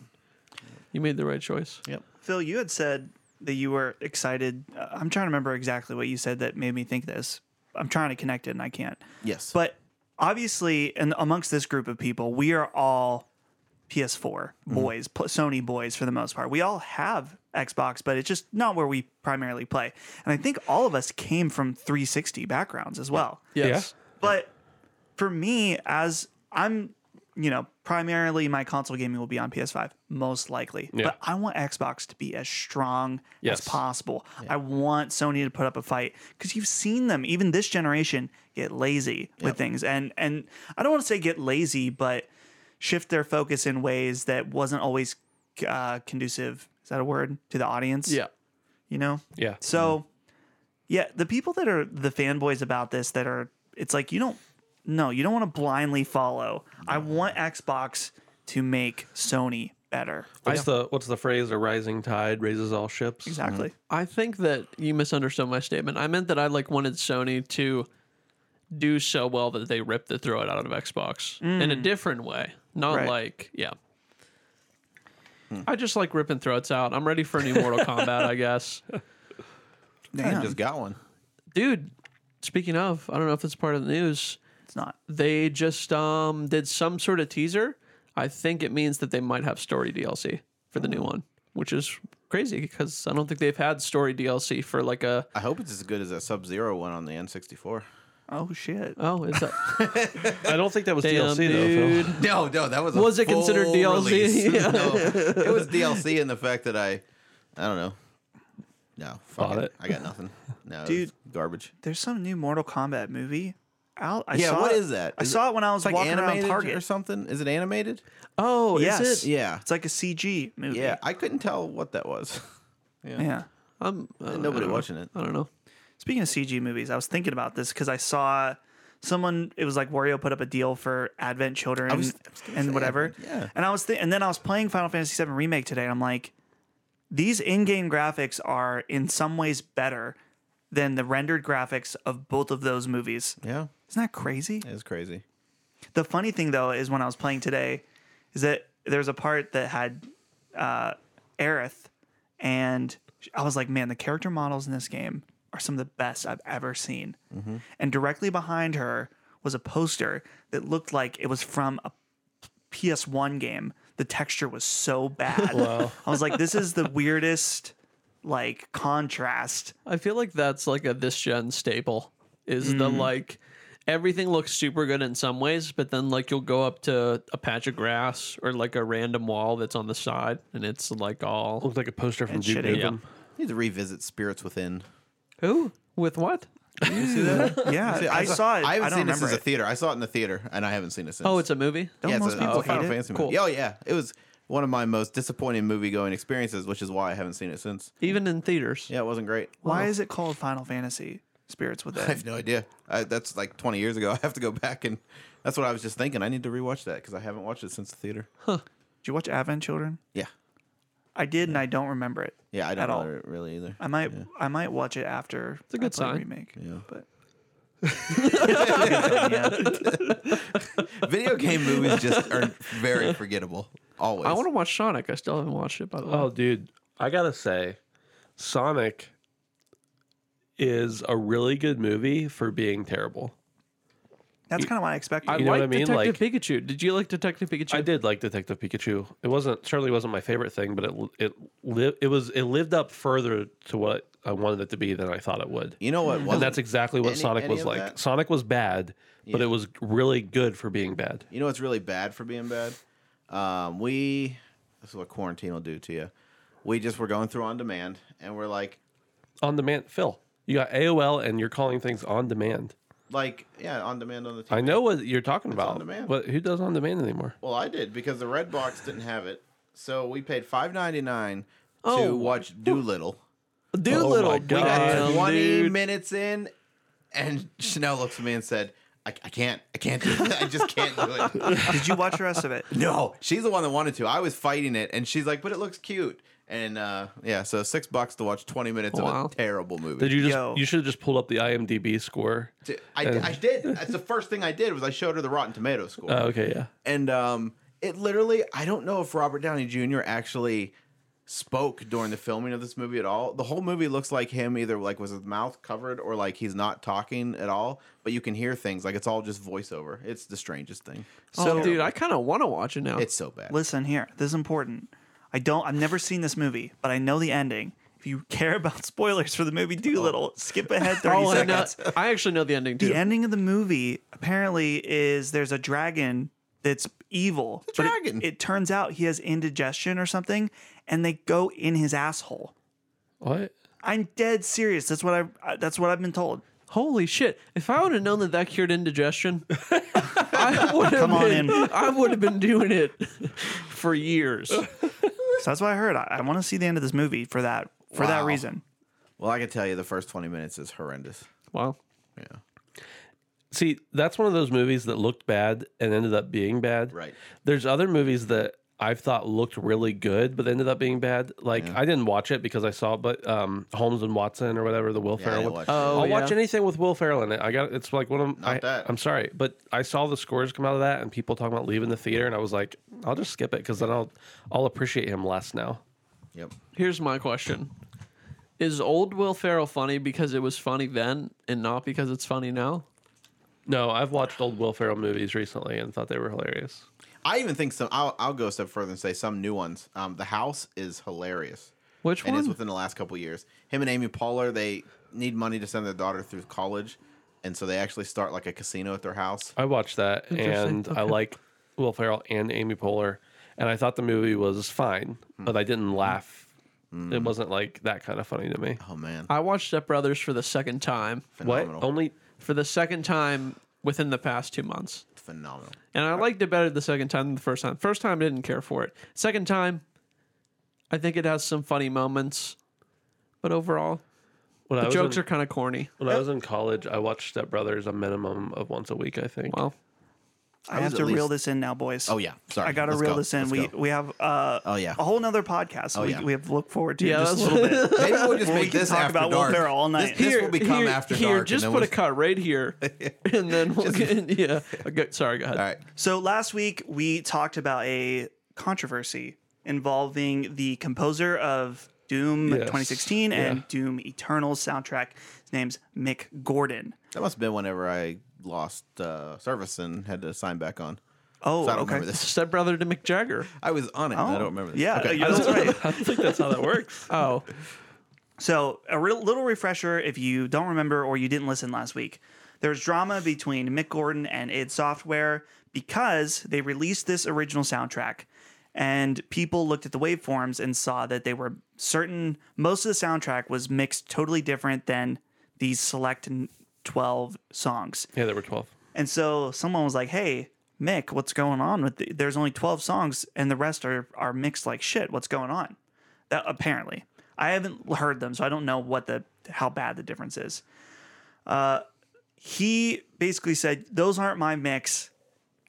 E: You made the right choice.
D: Yep.
B: Phil, you had said that you were excited. uh, I'm trying to remember exactly what you said that made me think this. I'm trying to connect it and I can't.
D: Yes.
B: But obviously, and amongst this group of people, we are all PS4
E: Mm-hmm.
B: boys, pl- Sony boys for the most part. We all have Xbox, but it's just not where we primarily play. And I think all of us came from 360 backgrounds as well.
E: Yes.
B: But for me, as I'm, you know, primarily my console gaming will be on PS5, most likely.
C: Yeah.
B: But I want Xbox to be as strong
C: Yes.
B: as possible. I want Sony to put up a fight because you've seen them, even this generation, get lazy with things. And and I don't want to say get lazy, but shift their focus in ways that wasn't always uh, conducive. Is that a word to the audience?
E: Yeah.
B: You know.
C: Yeah.
B: So, yeah, the people that are the fanboys about this that are, it's like you don't, no, you don't want to blindly follow. I want Xbox to make Sony better.
C: What's the what's the phrase? A rising tide raises all ships.
B: Exactly.
E: I think that you misunderstood my statement. I meant that I like wanted Sony to do so well that they ripped the throat out of Xbox in
D: Mm.
E: a different way, not
B: Right.
E: like yeah.
D: Hmm.
E: I just like ripping throats out. I'm ready for a new Mortal Kombat, I guess.
D: I
B: Damn,
D: just got one.
E: Dude, speaking of, I don't know if it's part of the news.
B: it's not.
E: They just um did some sort of teaser. I think it means that they might have story DLC for the new
D: Hmm.
E: one, which is crazy because I don't think they've had story DLC for like a
D: I hope it's as good as that Sub Zero one on the N64.
B: Oh shit.
E: oh is that
C: I don't think that was
E: damn
C: DLC though.
E: dude.
C: Phil.
D: No, no, that was a
E: Was it considered
D: full
E: DLC?
D: release.
E: Yeah.
D: No, it was DLC in the fact that I, I don't know. No, fuck
C: Bought
D: it.
C: it.
D: I got nothing. No, it
B: Dude.
D: was garbage.
B: There's some new Mortal Kombat movie out. I
D: yeah,
B: saw
D: what
B: it-
D: is that?
B: I
D: Is
B: saw it when I was
D: it's like
B: walking around
D: animated or
B: Target.
D: something? Is it animated?
E: Oh
B: Yes.
E: is it?
D: Yeah,
B: It's like a CG movie.
D: yeah. I couldn't tell what that was.
B: Yeah.
E: I'm I don't- I
D: Nobody
E: don't know.
D: watching it.
E: I don't know.
B: Speaking of CG movies, I was thinking about this because I saw someone. It was like Wario put up a deal for Advent Children
D: was- I was gonna
B: and
D: say
B: whatever.
D: Advent, yeah.
B: And I was, th- and then I was playing Final Fantasy VII Remake today, and I'm like, these in-game graphics are in some ways better than the rendered graphics of both of those movies.
D: Yeah,
B: Isn't that crazy?
D: it was crazy.
B: The funny thing though is when I was playing today, is that there's a part that had uh, Aerith, and I was like, man, the character models in this game are some of the best I've ever seen.
D: Mm-hmm.
B: And directly behind her was a poster that looked like it was from a PS1 game. The texture was so bad. I was like, this is the weirdest like contrast.
E: I feel like that's like a this gen staple. Is the
D: Hmm.
E: like everything looks super good in some ways, but then like you'll go up to a patch of grass or like a random wall that's on the side, and it's like all
C: Looked like a poster from
B: And
C: Duke
B: shitty.
C: Nukem.
D: Need to revisit Spirits Within.
E: who with what?
D: You see that?
B: Yeah,
D: See,
B: I, saw it.
D: I
B: I,
D: haven't
B: don't
D: seen this
B: remember
D: as a
B: it.
D: theater. I saw it in the theater, and I haven't seen it since.
E: Oh, it's a movie.
B: Don't
D: yeah, it's
B: most
D: a,
B: people
D: a Final
B: hate it?
D: Fantasy
E: Cool.
D: movie. Oh yeah, it was one of my most disappointing movie going experiences, which is why I haven't seen it since.
E: Even in theaters.
D: Yeah, it wasn't great.
B: Why is it called Final Fantasy Spirits
D: I
B: Within?
D: have no idea. I, that's like 20 years ago. I have to go back and that's what I was just thinking. I need to rewatch that because I haven't watched it since the theater.
B: Did you watch Advent Children?
D: Yeah,
B: I did, and I don't remember it.
D: yeah, I
B: At
D: don't
B: all.
D: know it really either.
B: I might, I might watch it after. It's
E: a good sign.
B: remake.
D: Yeah.
B: but
D: Video game movies just are very forgettable. Always.
E: I want to watch Sonic. I still haven't watched it, by the way.
C: Oh, dude, I gotta say, Sonic is a really good movie for being terrible.
B: that's kind of what I expected.
E: I
C: you know what
E: like
C: I mean?
E: Detective Pikachu. Did you like Detective Pikachu?
C: I did like Detective Pikachu. It wasn't certainly wasn't my favorite thing, but it it li- it was it lived up further to what I wanted it to be than I thought it would.
D: You know what? Wasn't,
C: And that's exactly what
D: any-
C: Sonic
D: any
C: was
D: of
C: like.
D: that?
C: Sonic was bad, but it was really good for being bad.
D: You know what's really bad for being bad? Um, we this is what quarantine will do to you. We just were going through on demand, and we're like,
C: On demand, Phil. You got AOL, and you're calling things on demand.
D: like, yeah, on demand on the TV.
C: I know what you're talking about.
D: on demand.
C: But who does on demand anymore?
D: Well, I did because the red box didn't have it, so we paid five ninety nine
E: Oh.
D: to watch Doolittle.
E: Doolittle.
C: Oh my
E: dude.
D: We got
C: God. Damn,
D: twenty minutes in, and Chanel looks at me and said, "I, I can't, I can't do it. I just can't do it."
B: did you watch the rest of it?
D: No, she's the one that wanted to. I was fighting it, and she's like, "But it looks cute." And uh, yeah, so six bucks to watch twenty minutes
E: Wow.
D: of a terrible movie.
C: Did you just?
B: Yo.
C: You should have just pulled up the IMDb score.
D: Dude, I, I did. That's the first thing I did was I showed her the Rotten Tomato score,
C: Oh, okay, yeah.
D: and um, it literally. I don't know if Robert Downey Jr. actually spoke during the filming of this movie at all. The whole movie looks like him either like was his mouth covered or like he's not talking at all, but you can hear things like it's all just voiceover. It's the strangest thing.
E: oh, dude, I kind of want to watch it now.
D: It's so bad.
B: Listen here, this is important. I don't. I've never seen this movie, but I know the ending. If you care about spoilers for the movie
D: Oh.
B: Doolittle, skip ahead thirty
E: oh, I, know,
B: seconds.
E: I actually know the ending too.
B: The ending of the movie apparently is there's a dragon that's evil. but it-
D: dragon.
B: It, turns out he has indigestion or something, and they go in his asshole.
C: What?
B: I'm dead serious. That's what I. I- That's what I've been told.
E: Holy shit! If I would have known that that cured indigestion, I would have
B: Come on
E: been,
B: in.
E: I would have been doing it for years.
B: So that's what I heard. I, I want to see the end of this movie for that. For that
D: Wow.
B: reason.
D: Well, I can tell you the first twenty minutes is horrendous.
E: Wow.
C: See, that's one of those movies that looked bad and ended up being bad.
D: Right.
C: There's other movies that I've thought looked really good but ended up being bad. Like I didn't watch it because I saw, it, but um, Holmes and Watson or whatever the Will
D: Yeah, I
C: Ferrell.
D: didn't
C: one.
D: watch it.
E: Oh,
C: I'll watch
E: yeah.
C: anything with Will Ferrell in it. I got it's like one of
D: Not
C: I,
D: that.
C: I'm sorry, but I saw the scores come out of that and people talking about leaving the theater, and I was like, I'll just skip it because then I'll I'll appreciate him less now.
D: Yep.
E: Here's my question: Is old Will Ferrell funny because it was funny then and not because it's funny now?
C: No, I've watched old Will Ferrell movies recently and thought they were hilarious.
D: I even think some. I'll, I'll go a step further and say some new ones. Um, the house is hilarious.
E: Which
D: and
E: one?
D: it's within the last couple years. Him and Amy Poehler, they need money to send their daughter through college, and so they actually start like a casino at their house.
B: Uh,
C: I watched that
E: Interesting.
C: and I like Will Ferrell and Amy Poehler, and I thought the movie was fine, but I didn't laugh. It wasn't like that kind of funny to me.
D: Oh man,
E: I watched Step Brothers for the second time.
D: phenomenal,
C: What? Only
E: For the second time within the past two months.
D: phenomenal.
E: And I liked it better the second time than the first time. First time, I didn't care for it. Second time, I think it has some funny moments, but overall,
C: when I
E: the
C: was
E: jokes
C: in,
E: are kind of corny.
C: when I was in college, I watched Step Brothers a minimum of once a week. I think.
E: Well,
B: I have
D: was
B: to
D: at
B: reel
D: least-
B: this in now, boys.
D: Oh yeah, sorry.
B: I gotta
D: Let's
B: reel
D: go.
B: this in.
D: Let's
B: We
D: go.
B: we have uh,
D: Oh, yeah. Oh,
B: a whole nother podcast we,
D: yeah.
B: we have to look forward to
E: Yeah,
B: just a
E: that's-
B: little bit.
D: maybe we'll just
B: Well, we
D: make
B: can
D: this
B: talk
D: after
B: about Will
D: dark.
B: Ferrell all
D: This-
B: night.
D: This, will become
E: here,
D: after
E: here,
D: dark.
E: Just
D: and
E: put
D: then
E: a cut right here, and then we'll get. Yeah, okay, sorry. Go ahead.
D: All right.
B: So last week we talked about a controversy involving the composer of Doom
C: Yes.
B: 2016
C: Yeah.
B: and Doom Eternal soundtrack. His name's Mick Gordon.
D: That must have been whenever I lost uh, service and had to sign back on.
B: Oh,
D: So I
B: okay.
D: don't
B: Oh,
D: remember this.
E: Step brother to Mick Jagger.
D: I was on it. and I don't remember this.
B: Yeah,
D: Okay.
B: yeah, that's right.
C: I don't think that's how that works.
E: Oh,
B: So, a re- little refresher if you don't remember or you didn't listen last week. There's drama between Mick Gordon and id Software because they released this original soundtrack and people looked at the waveforms and saw that they were certain most of the soundtrack was mixed totally different than these select n- 12 songs.
C: Yeah, there were 12.
B: And so someone was like, "Hey, Mick, what's going on with the, there's only 12 songs and the rest are are mixed like shit. What's going on?" That apparently. I haven't heard them, so I don't know what the how bad the difference is. Uh he basically said, "Those aren't my mix.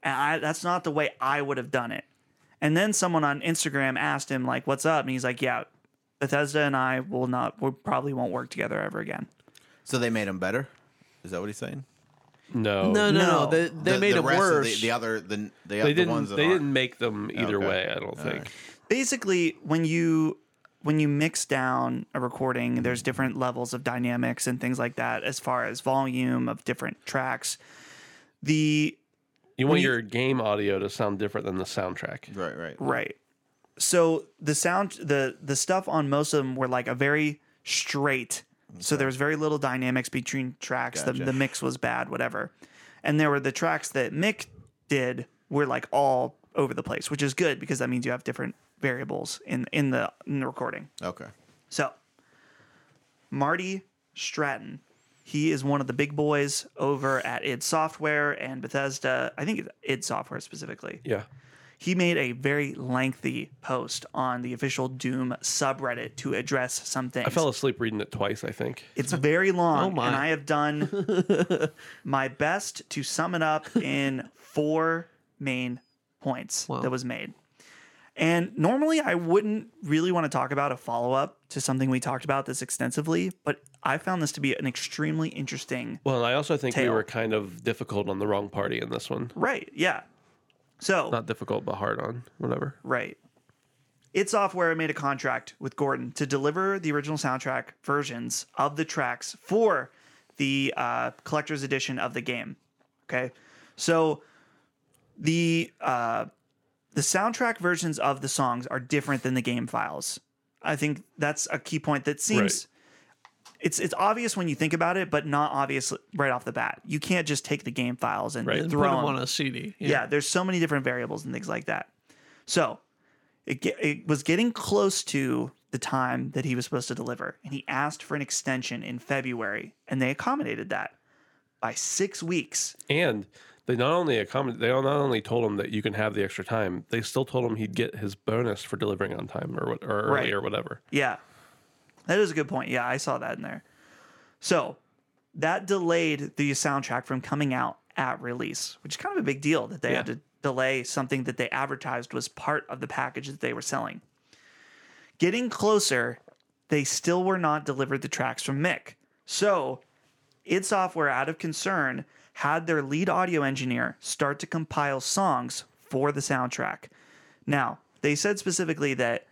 B: And I that's not the way I would have done it." And then someone on Instagram asked him like, "What's up?" and he's like, "Yeah, Bethesda and I will not we probably won't work together ever again."
D: So they made him better. Is that what he's saying?
C: No.
E: No, no, no.
B: No.
E: They, they
D: Oh. The-
E: made
D: the
E: it
D: rest of
E: worse.
D: The, the other, the, the,
C: They
D: the
C: didn't
D: ones that
C: they
D: aren't.
C: didn't make them either
D: Okay.
C: way, I don't think.
B: basically when you when you mix down a recording there's different levels of dynamics and things like that as far as volume of different tracks the
C: You want
B: you-
C: your game audio to sound different than the soundtrack.
D: Right, right.
B: right so the sound the the stuff on most of them were like a very straight so there was very little dynamics between tracks the, the mix was bad whatever and there were the tracks that mick did were like all over the place which is good because that means you have different variables in in the in the recording
D: Okay.
B: So, Marty Stratton, he is one of the big boys over at id Software and Bethesda. I think it's id Software specifically.
C: Yeah.
B: He made a very lengthy post on the official Doom subreddit to address some things.
C: I fell asleep reading it twice, I think.
B: It's very long,
E: my.
B: and I have done my best to sum it up in four main points that was made. And normally, I wouldn't really want to talk about a follow up to something we talked about this extensively, but I found this to be an extremely interesting.
C: Well, and I also think we
B: Tail.
C: were kind of difficult on the wrong party in this one.
B: Right? Yeah. So
C: Not difficult, but hard on, whatever.
B: Right. It Software made a contract with Gordon to deliver the original soundtrack versions of the tracks for the uh, collector's edition of the game. Okay, so the uh, the soundtrack versions of the songs are different than the game files. I think that's a key point that seems it's it's obvious when you think about it, but not obvious right off the bat. You can't just take the game files and
C: Right.
E: And
B: throw
E: put 'em
B: them
E: on a CD.
B: yeah. there's so many different variables and things like that. So it, ge- it was getting close to the time that he was supposed to deliver, and he asked for an extension in February, and they accommodated that by six weeks.
C: And they not only accommod- they not only told him that you can have the extra time, they still told him he'd get his bonus for delivering on time or what, or early
B: Right.
C: or whatever.
B: Yeah, that is a good point. Yeah, I saw that in there. So that delayed the soundtrack from coming out at release, which is kind of a big deal that they had to delay something that they advertised was part of the package that they were selling. Getting closer, they still were not delivered the tracks from Mick. So id Software, out of concern, had their lead audio engineer start to compile songs for the soundtrack. Now, they said specifically that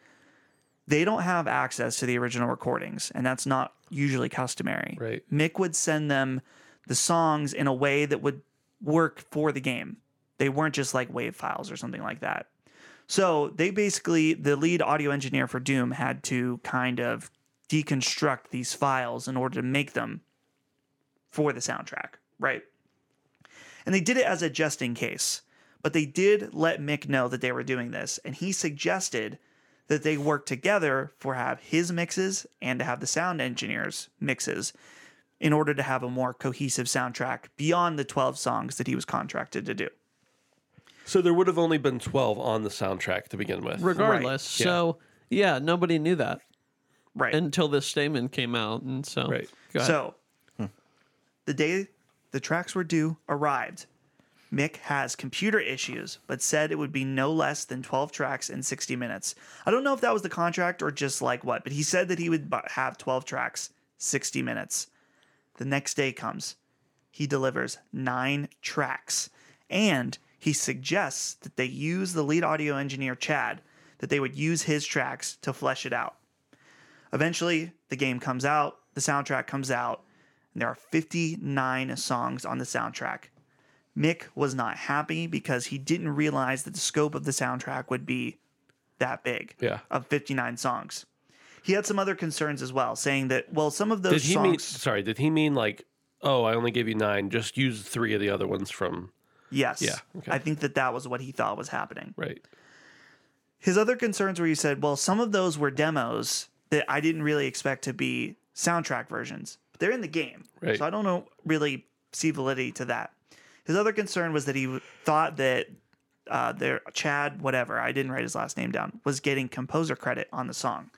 B: they don't have access to the original recordings, and that's not usually customary.
C: Right.
B: Mick would send them the songs in a way that would work for the game. They weren't just like wave files or something like that. So they basically, the lead audio engineer for Doom had to kind of deconstruct these files in order to make them for the soundtrack, right? And they did it as a just in case, but they did let Mick know that they were doing this, and he suggested that they work together for have his mixes and to have the sound engineers mixes in order to have a more cohesive soundtrack beyond the 12 songs that he was contracted to do.
C: So there would have only been 12 on the soundtrack to begin with.
E: Regardless.
C: Yeah.
E: So, yeah, nobody knew that
B: Right.
E: until this statement came out. And so,
C: Right.
E: go ahead.
B: So, the day the tracks were due arrived. Mick has computer issues, but said it would be no less than 12 tracks in 60 minutes. I don't know if that was the contract or just like what, but he said that he would bu- have 12 tracks, 60 minutes. The next day comes. He delivers nine tracks, and he suggests that they use the lead audio engineer, Chad, that they would use his tracks to flesh it out. Eventually, the game comes out, the soundtrack comes out, and there are 59 songs on the soundtrack. Mick was not happy because he didn't realize that the scope of the soundtrack would be that big
C: Yeah.
B: of 59 songs. He had some other concerns as well, saying that, well, some of those
C: Did he
B: songs.
C: mean sorry, did he mean like, "Oh, I only gave you 9, just use 3 of the other ones from
B: Yes.
C: Yeah, okay.
B: I think that that was what he thought was happening.
C: right."
B: His other concerns were he said, well, some of those were demos that I didn't really expect to be soundtrack versions, but they're in the game.
C: Right.
B: So I don't know really see validity to that. His other concern was that he w- thought that uh, there Chad whatever I didn't write his last name down was getting composer credit on the song.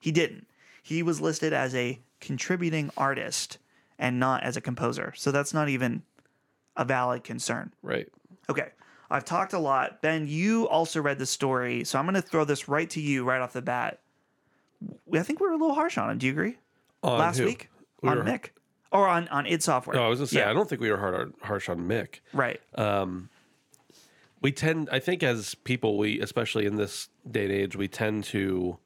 B: He didn't. He was listed as a contributing artist and not as a composer. So that's not even a valid concern.
C: Right.
B: Okay. I've talked a lot. Ben, you also read the story, so I'm going to throw this right to you right off the bat. We- I think we were a little harsh on him. Do you agree?
C: On
B: Last
C: who?
B: week
C: Oh, We
B: on
C: were-
B: Mick or on on id Software.
C: No, I was gonna say
B: Yeah,
C: I don't think we were hard, harsh on Mick.
B: right.
C: um, we tend i think as people we especially in this day and age we tend to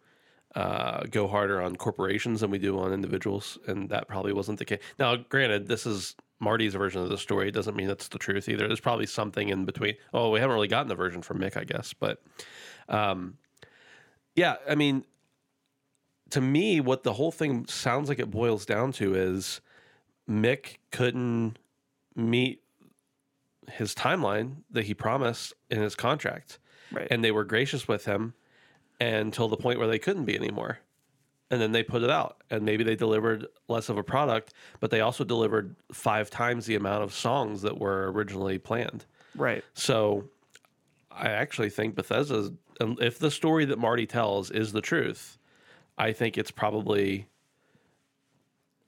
C: uh, go harder on corporations than we do on individuals and that probably wasn't the case now granted this is marty's version of the story it doesn't mean that's the truth either there's probably something in between oh we haven't really gotten the version from mick i guess but um, yeah i mean to me what the whole thing sounds like it boils down to is mick couldn't meet his timeline that he promised in his contract.
B: Right.
C: And they were gracious with him until the point where they couldn't be anymore. And then they put it out. And maybe they delivered less of a product, but they also delivered five times the amount of songs that were originally planned.
B: Right.
C: So I actually think Bethesda's, and if the story that Marty tells is the truth, I think it's probably,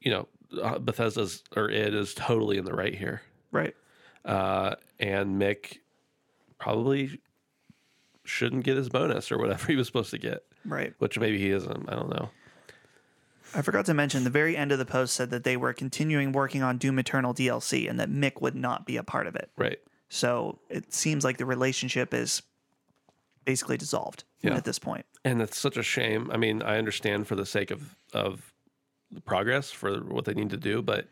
C: you know, uh, Bethesda's or it is totally in the right here
B: Right.
C: uh, and Mick probably shouldn't get his bonus or whatever he was supposed to get,
B: Right.
C: which maybe he isn't. I don't know.
B: I forgot to mention the very end of the post said that they were continuing working on Doom Eternal DLC and that Mick would not be a part of it.
C: Right.
B: So it seems like the relationship is basically dissolved
C: Yeah.
B: at this point.
C: And it's such a shame. I mean, I understand for the sake of of the progress for what they need to do, but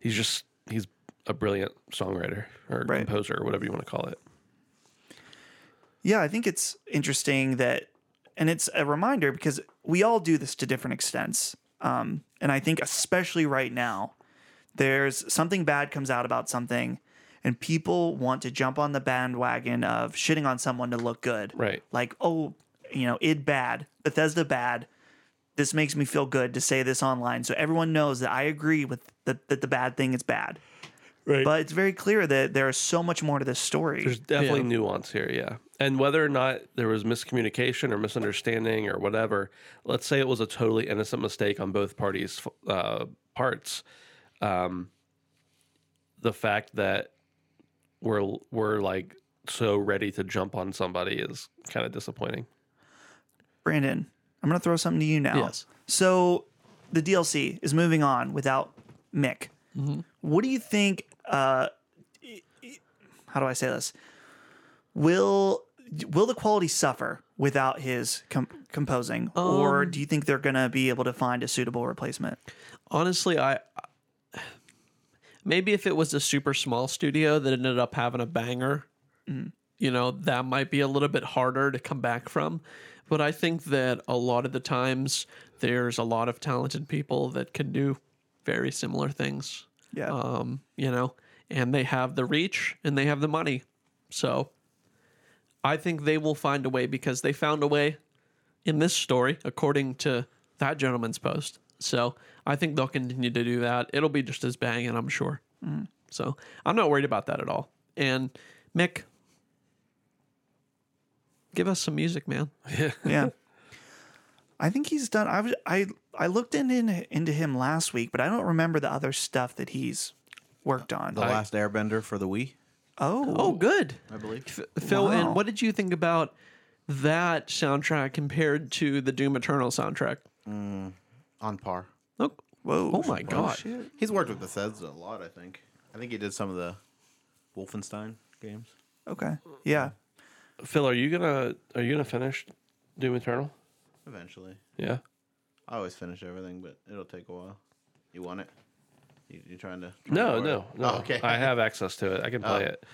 C: he's just he's a brilliant songwriter or
B: Right.
C: composer or whatever you want to call it.
B: Yeah, I think it's interesting that, and it's a reminder because we all do this to different extents. Um, and I think, especially right now, there's something bad comes out about something, and people want to jump on the bandwagon of shitting on someone to look good.
C: Right.
B: Like, oh, you know, id bad, Bethesda bad. This makes me feel good to say this online so everyone knows that I agree with the, that the bad thing is bad.
C: Right.
B: But it's very clear that there is so much more to this story.
C: There's definitely
E: Yeah.
C: nuance here, yeah. And whether or not there was miscommunication or misunderstanding or whatever, let's say it was a totally innocent mistake on both parties' uh, parts. Um, the fact that we're we're like so ready to jump on somebody is kind of disappointing.
B: Brandon, I'm going to throw something to you now.
E: Yes.
B: So the DLC is moving on without Mick.
E: Mm-hmm.
B: What do you think? Uh, i- i- how do I say this? Will will the quality suffer without his com- composing,
E: Um,
B: or do you think they're going to be able to find a suitable replacement?
E: honestly i maybe if it was a super small studio that ended up having a banger you know that might be a little bit harder to come back from but i think that a lot of the times there's a lot of talented people that can do very similar things
B: Yeah.
E: um, you know, and they have the reach and they have the money. So I think they will find a way because they found a way in this story, according to that gentleman's post. So I think they'll continue to do that. It'll be just as banging, I'm sure. So I'm not worried about that at all. And Mick, give us some music, man.
B: yeah. I think he's done. I was, I I looked in, in into him last week, but I don't remember the other stuff that he's worked on.
D: The last Airbender for the Wii,
B: oh,
E: Oh, good.
D: I believe.
E: F- Phil,
B: Wow.
E: and what did you think about that soundtrack compared to the Doom Eternal soundtrack?
D: On par.
E: Oh,
B: whoa!
E: oh my god.
D: He's worked with Bethesda a lot, I think. I think he did some of the Wolfenstein games.
B: Okay. Yeah.
C: Phil, are you gonna are you gonna finish Doom Eternal?
D: Eventually.
C: Yeah.
D: I always finish everything, but it'll take a while. You want it? You, you're trying to? trying to
C: No,
D: borrow
C: no,
D: it?
C: no.
D: Oh, okay. Oh.
C: I have access to it. I can play it.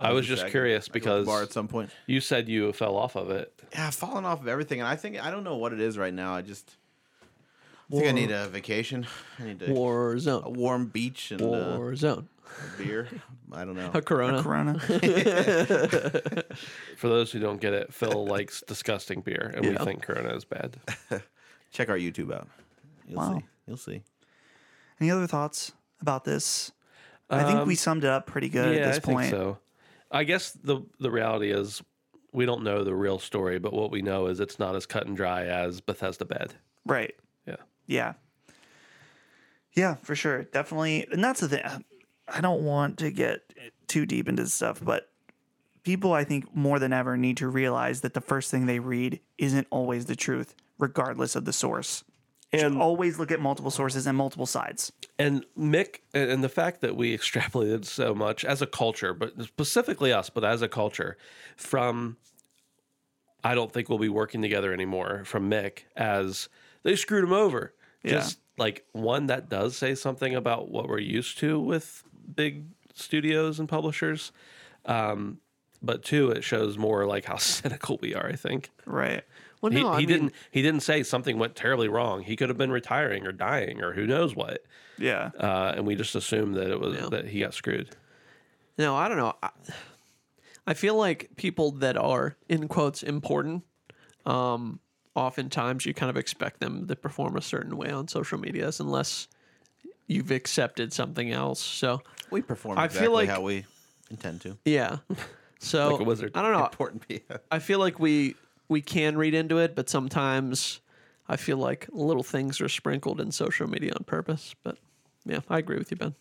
C: I was just
D: I can-
C: curious
D: I can go to the
C: because
D: bar at some point.
C: you said you fell off of it.
D: Yeah, I've fallen off of everything, and I think I don't know what it is right now. I just I think I need a vacation. I need to, a
E: Warzone.
D: warm beach and uh,
E: Warzone.
D: a beer. I don't know.
E: A corona.
B: Corona.
C: For those who don't get it, Phil likes disgusting beer, and we think Corona is bad.
D: Check our YouTube out. You'll
B: Wow.
D: see. You'll see.
B: Any other thoughts about this? I think we summed it up pretty good at
C: Um, yeah,
B: this
C: I
B: point.
C: think so. I guess the the reality is we don't know the real story, but what we know is it's not as cut and dry as Bethesda Bed.
B: Right.
C: Yeah.
B: Yeah. Yeah, for sure. Definitely. And that's the thing. I don't want to get too deep into stuff, but people, I think, more than ever need to realize that the first thing they read isn't always the truth, regardless of the source. And
C: And-
B: always look at multiple sources and multiple sides.
C: And Mick, and and the fact that we extrapolated so much as a culture, but specifically us, but as a culture, from I don't think we'll be working together anymore from Mick as they screwed him over. Just like one that does say something about what we're used to with big studios and publishers. Um, but two, it shows more like how cynical we are, I think.
B: Right.
E: Well,
C: he,
E: no, I
C: he
E: mean,
C: didn't he didn't say something went terribly wrong. He could have been retiring or dying or who knows what
B: Yeah.
C: uh, and we just assumed that it was
E: Yeah.
C: that he got screwed.
E: No, I don't know. I, I feel like people that are in quotes important, um, oftentimes you kind of expect them to perform a certain way on social medias unless you've accepted something else. So
D: We perform
E: I
D: exactly
E: feel like-
D: how we intend to.
E: yeah, so
C: Like a wizard.
E: I don't know.
D: Important be
E: I feel like we we can read into it, but sometimes I feel like little things are sprinkled in social media on purpose. But yeah, I agree with you, Ben.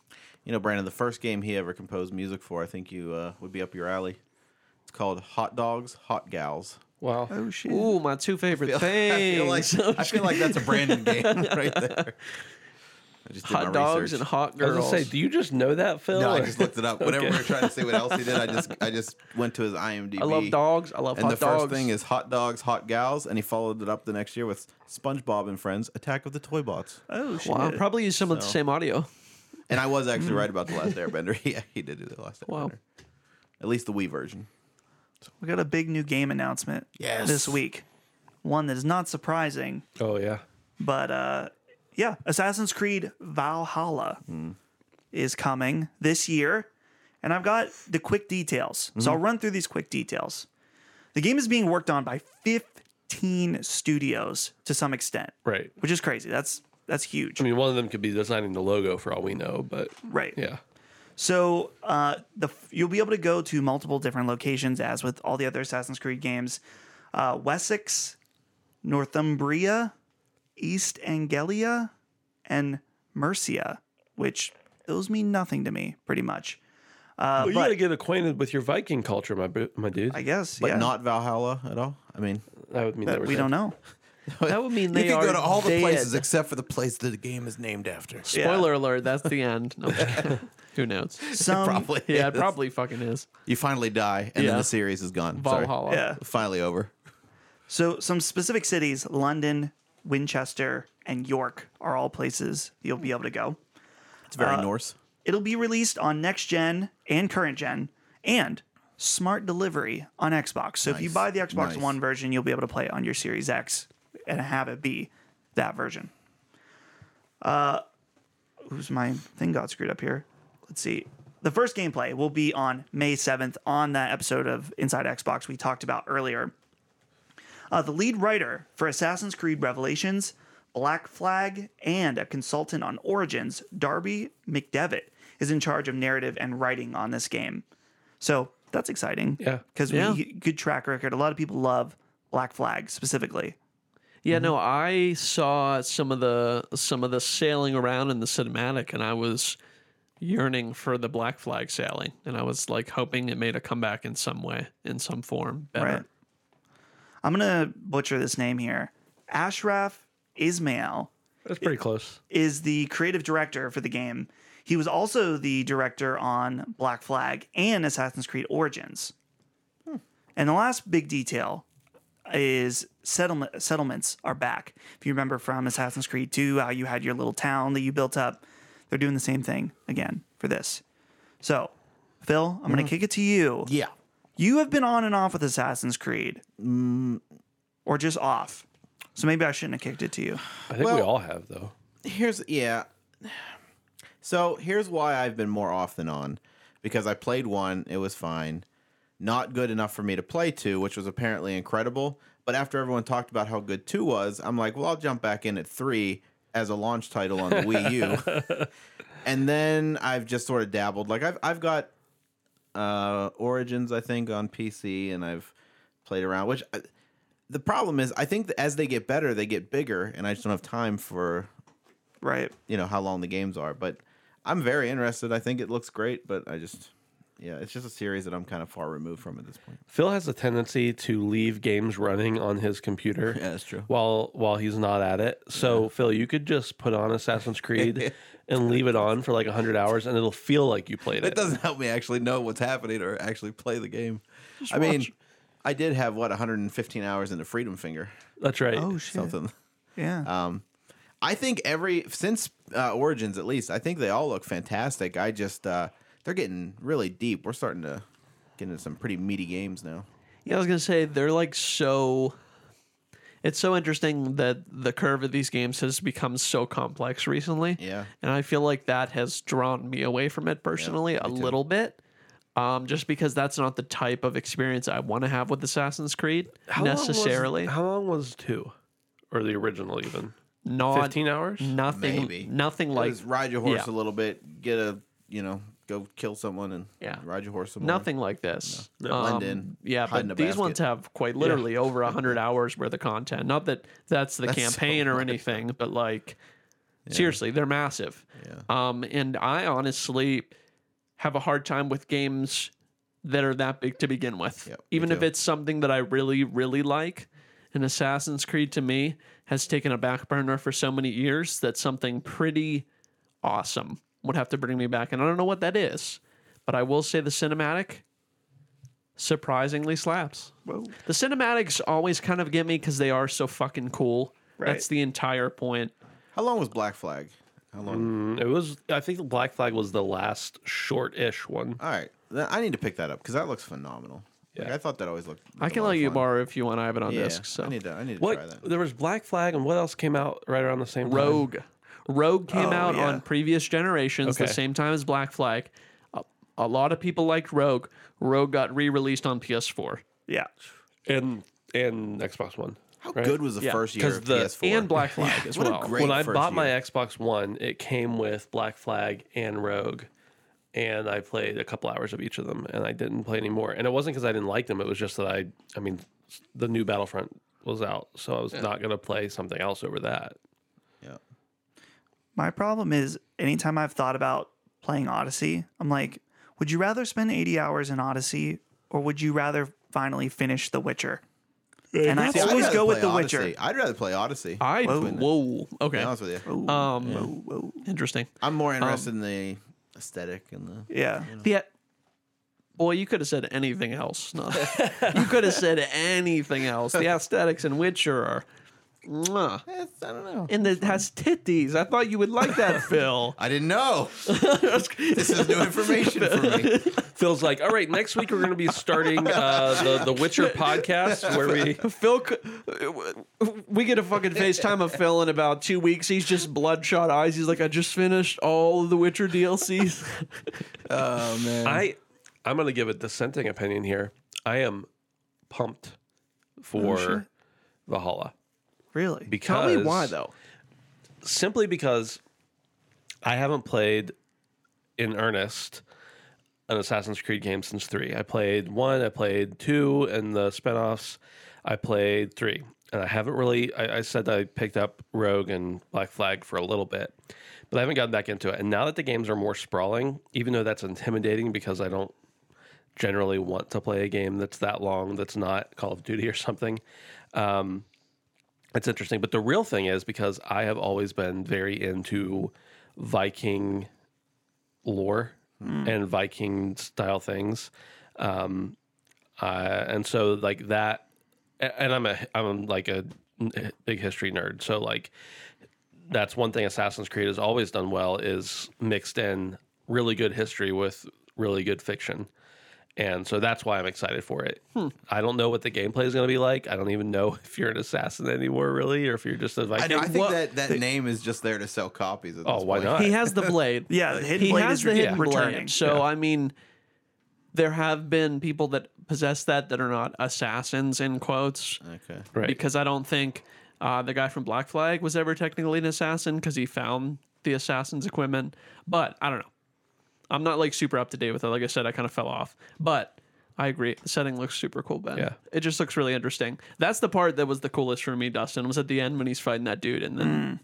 D: You know, Brandon, the first game he ever composed music for, I think you uh, would be up your alley. It's called Hot Dogs, Hot Gals.
C: Wow.
B: Oh, shit.
E: Ooh, my two favorite
D: I feel, like,
E: things:
D: I feel like that's a Brandon game right there. I just did my
E: hot dogs
D: research.
E: and hot
C: I was
E: girls.
C: gonna say, do you just know that, Phil?
D: No, I
C: or-
D: just looked it up. Whenever
C: Okay.
D: we were trying to see what else he did, I just I just went to his IMDb.
E: I love dogs. I love
D: And
E: hot
D: the
E: dogs.
D: first thing is hot dogs, hot gals, and he followed it up the next year with SpongeBob and Friends: Attack of the Toy Bots.
B: Oh, shit.
E: wow, I'll probably use some of the
D: So-
E: same audio.
D: And I was actually right about the Last Airbender. yeah, he did do the Last Airbender.
E: Mm. Wow.
D: At least the Wii version.
B: We got a big new game announcement
D: Yes.
B: this week. One that is not surprising,
C: oh yeah.
B: But uh, yeah, Assassin's Creed Valhalla is coming this year. And I've got the quick details.
C: Mm-hmm.
B: So I'll run through these quick details. The game is being worked on by 15 studios to some extent,
C: Right.
B: which is crazy. That's that's huge.
C: I mean, one of them could be designing the logo for all we know, but
B: right.
C: yeah.
B: So uh, the you'll be able to go to multiple different locations, as with all the other Assassin's Creed games. Uh, Wessex, Northumbria, East Anglia, and Mercia, which those mean nothing to me, pretty much. Uh,
C: well, you
B: but
C: gotta get acquainted with your Viking culture, my bro- my dude.
B: I guess,
D: But
B: yeah,
D: not Valhalla at all. I mean,
C: that would mean
B: that we don't know.
E: That would mean they
D: you
E: are
D: can go to all the
E: dead.
D: places except for the place that the game is named after.
E: Spoiler alert: that's the end. No, I'm just kidding. Who knows?
B: Some,
D: probably.
E: Yeah,
D: is.
E: it probably fucking is.
D: You finally die, and
E: Yeah.
D: then the series is gone. Sorry.
E: Valhalla.
B: yeah.
D: Finally over.
B: So some specific cities, London, Winchester, and York, are all places you'll be able to go.
D: It's very Norse.
B: It'll be released on next gen and current gen and smart delivery on Xbox. So if you
D: Nice.
B: buy the Xbox
D: Nice.
B: One version, you'll be able to play it on your Series X and have it be that version. Uh, who's my thing got screwed up here? Let's see. The first gameplay will be on May 7th on that episode of Inside Xbox we talked about earlier. Uh, the lead writer for Assassin's Creed Revelations, Black Flag, and a consultant on Origins, Darby McDevitt, is in charge of narrative and writing on this game. So that's exciting.
C: Yeah.
B: Because
E: Yeah.
B: we good track record. A lot of people love Black Flag specifically.
C: Mm-hmm.
E: Yeah, no, I saw some of the some of the sailing around in the cinematic, and I was yearning for the Black Flag sailing, and I was like hoping it made a comeback in some way, in some form. Better.
B: Right. I'm gonna butcher this name here. Ashraf Ismail
C: That's pretty close.
B: is the creative director for the game. He was also the director on Black Flag and Assassin's Creed Origins. And the last big detail is settlement settlements are back. If you remember from Assassin's Creed 2, how you had your little town that you built up, they're doing the same thing again for this. So, Phil, I'm going to kick it to you.
D: Yeah.
B: You have been on and off with Assassin's Creed. Or just off. So maybe I shouldn't have kicked it to you.
C: I think we
D: Well-
C: all have though.
D: Here's yeah. So here's why I've been more off than on, because I played one, it was fine, not good enough for me to play two, which was apparently incredible. But after everyone talked about how good two was, I'm like, well, I'll jump back in at three as a launch title on the Wii U. and then I've just sort of dabbled. Like I've I've got uh, Origins, I think, on PC, and I've played around. Which I, the problem is, I think that as they get better, they get bigger, and I just don't have time for
B: right?
D: you know how long the games are. But I'm very interested. I think it looks great, but I just yeah, it's just a series that I'm kind of far removed from at this point.
C: Phil has a tendency to leave games running on his computer.
D: Yeah, that's true.
C: While while he's not at it, so Phil, you could just put on Assassin's Creed and leave it on for like hundred hours, and it'll feel like you played it.
D: It doesn't help me actually know what's happening or actually play the game. I mean, I did have what 115 hours in the Freedom Finger,
C: That's right.
B: Oh shit!
D: something.
B: Yeah,
D: Um, I think every since uh, Origins at least, I think they all look fantastic. I just uh, they're getting really deep. We're starting to get into some pretty meaty games now.
E: Yeah, I was gonna say they're like so. It's so interesting that the curve of these games has become so complex recently.
D: Yeah.
E: and I feel like that has drawn me away from it personally a little bit. Um, just because that's not the type of experience I want to have with Assassin's Creed
C: How long was-
E: necessarily.
C: how long was two, or the original even?
E: not
C: Fifteen hours.
E: nothing,
D: Maybe.
E: nothing like
D: Just ride your horse
E: yeah.
D: a little bit, get a you know, go kill someone and
E: Yeah.
D: ride your horse some more.
E: nothing like this. Um,
D: Blend in,
E: Yeah,
D: hide in a
E: but these
D: basket.
E: ones have quite literally over a hundred hours worth of content. Not that that's the
D: That's so
E: campaign or
D: much.
E: anything, but like seriously, they're massive.
D: Yeah.
E: Um, and I honestly have a hard time with games that are that big to begin with.
D: Yep, me
E: Even if
D: too.
E: it's something that I really, really like, and Assassin's Creed to me has taken a back burner for so many years that something pretty awesome would have to bring me back. And I don't know what that is, but I will say the cinematic surprisingly slaps. The cinematics always kind of get me because they are so fucking cool. That's
B: Right.
E: the entire point.
D: How long was Black Flag? How long?
C: Mm, It was. I think the Black Flag was the last short-ish one.
D: All right, Then I need to pick that up because that looks phenomenal. Like, I thought that always looked.
E: I
D: like a
E: can
D: lot
E: let
D: of
E: you
D: fun.
E: borrow if you want. I have it on
D: Yeah,
E: disc. So
D: I need to. I need to try
C: What
D: that.
C: there was Black Flag and what else came out right around the same time?
E: Rogue. Rogue came
B: Oh,
E: out
B: yeah.
E: on previous generations the
C: Okay.
E: same time as Black Flag. A, a lot of people liked Rogue. Rogue got re-released on PS4
B: yeah.
C: and and Xbox One.
D: How
C: right?
D: good was the
E: Yeah,
D: first year
C: 'cause
D: of
C: the-
D: PS4
E: and Black Flag as
D: What a
E: well.
D: great-
C: when I
D: first
C: bought my
D: year.
C: Xbox One, it came with Black Flag and Rogue, and I played a couple hours of each of them, and I didn't play any more. And it wasn't because I didn't like them; it was just that I, I mean, s- the new Battlefront was out, so I was not going to play something else over that.
D: Yeah.
B: My problem is anytime I've thought about playing Odyssey, I'm like, would you rather spend 80 hours in Odyssey or would you rather finally finish The Witcher? and I
D: See, I'd
B: always
D: rather
B: go with
D: play
B: The
D: Odyssey.
B: Witcher.
D: I'd rather play Odyssey.
E: I
B: Whoa.
E: whoa
D: to be
E: okay
D: honest with you,
E: um
B: Whoa, whoa.
E: interesting
D: I'm more interested in the aesthetic and the.
B: Yeah.
E: yeah boy you could have said anything else No. you could have said anything else the aesthetics in Witcher are mwah.
D: That's- eh, I don't know.
E: and it has titties I thought you would like that Phil
D: I didn't know. this is new information for me.
C: Phil's like, all right, next week we're going to be starting uh, the the Witcher podcast where we.
E: Phil, c- we get a fucking FaceTime of Phil in about two weeks. He's just bloodshot eyes. He's like, I just finished all of the Witcher DLCs.
D: Oh man.
C: I I'm going to give a dissenting opinion here. I am pumped
D: Oh,
C: for Valhalla
B: Really?
C: because
E: Tell me why, though.
C: simply because I haven't played in earnest an Assassin's Creed game since three. I played one, I played two, and the spinoffs. I played three, and I haven't really. I, I said I picked up Rogue and Black Flag for a little bit, but I haven't gotten back into it. And now that the games are more sprawling, even though that's intimidating because I don't generally want to play a game that's that long that's not Call of Duty or something. Um, it's interesting, but the real thing is because I have always been very into Viking lore
D: Hmm.
C: and Viking style things, um, uh, and so like that. a- And I'm a I'm like a n- big history nerd, so like that's one thing Assassin's Creed has always done well is mixed in really good history with really good fiction. And so that's why I'm excited for it.
D: Hmm.
C: I don't know what the gameplay is going to be like. I don't even know if you're an assassin anymore, really, or if you're just a
D: I,
C: Viking.
D: know, I think
E: what-
D: that that name is just there to sell copies. At
C: Oh,
D: this
C: why
D: point.
C: not?
E: He has the blade.
B: Yeah, the hidden
E: he
B: blade
E: has
B: is
E: the
B: re-
E: hidden
B: returning.
E: blade. So I mean, there have been people that possess that that are not assassins in quotes
D: Okay.
C: right.
E: because I don't think uh, the guy from Black Flag was ever technically an assassin because he found the assassin's equipment, but I don't know. I'm not like super up to date with it. Like I said, I kind of fell off, but I agree. The setting looks super cool, Ben.
C: Yeah.
E: it just looks really interesting. That's the part that was the coolest for me, Dustin. Was at the end when he's fighting that dude, and then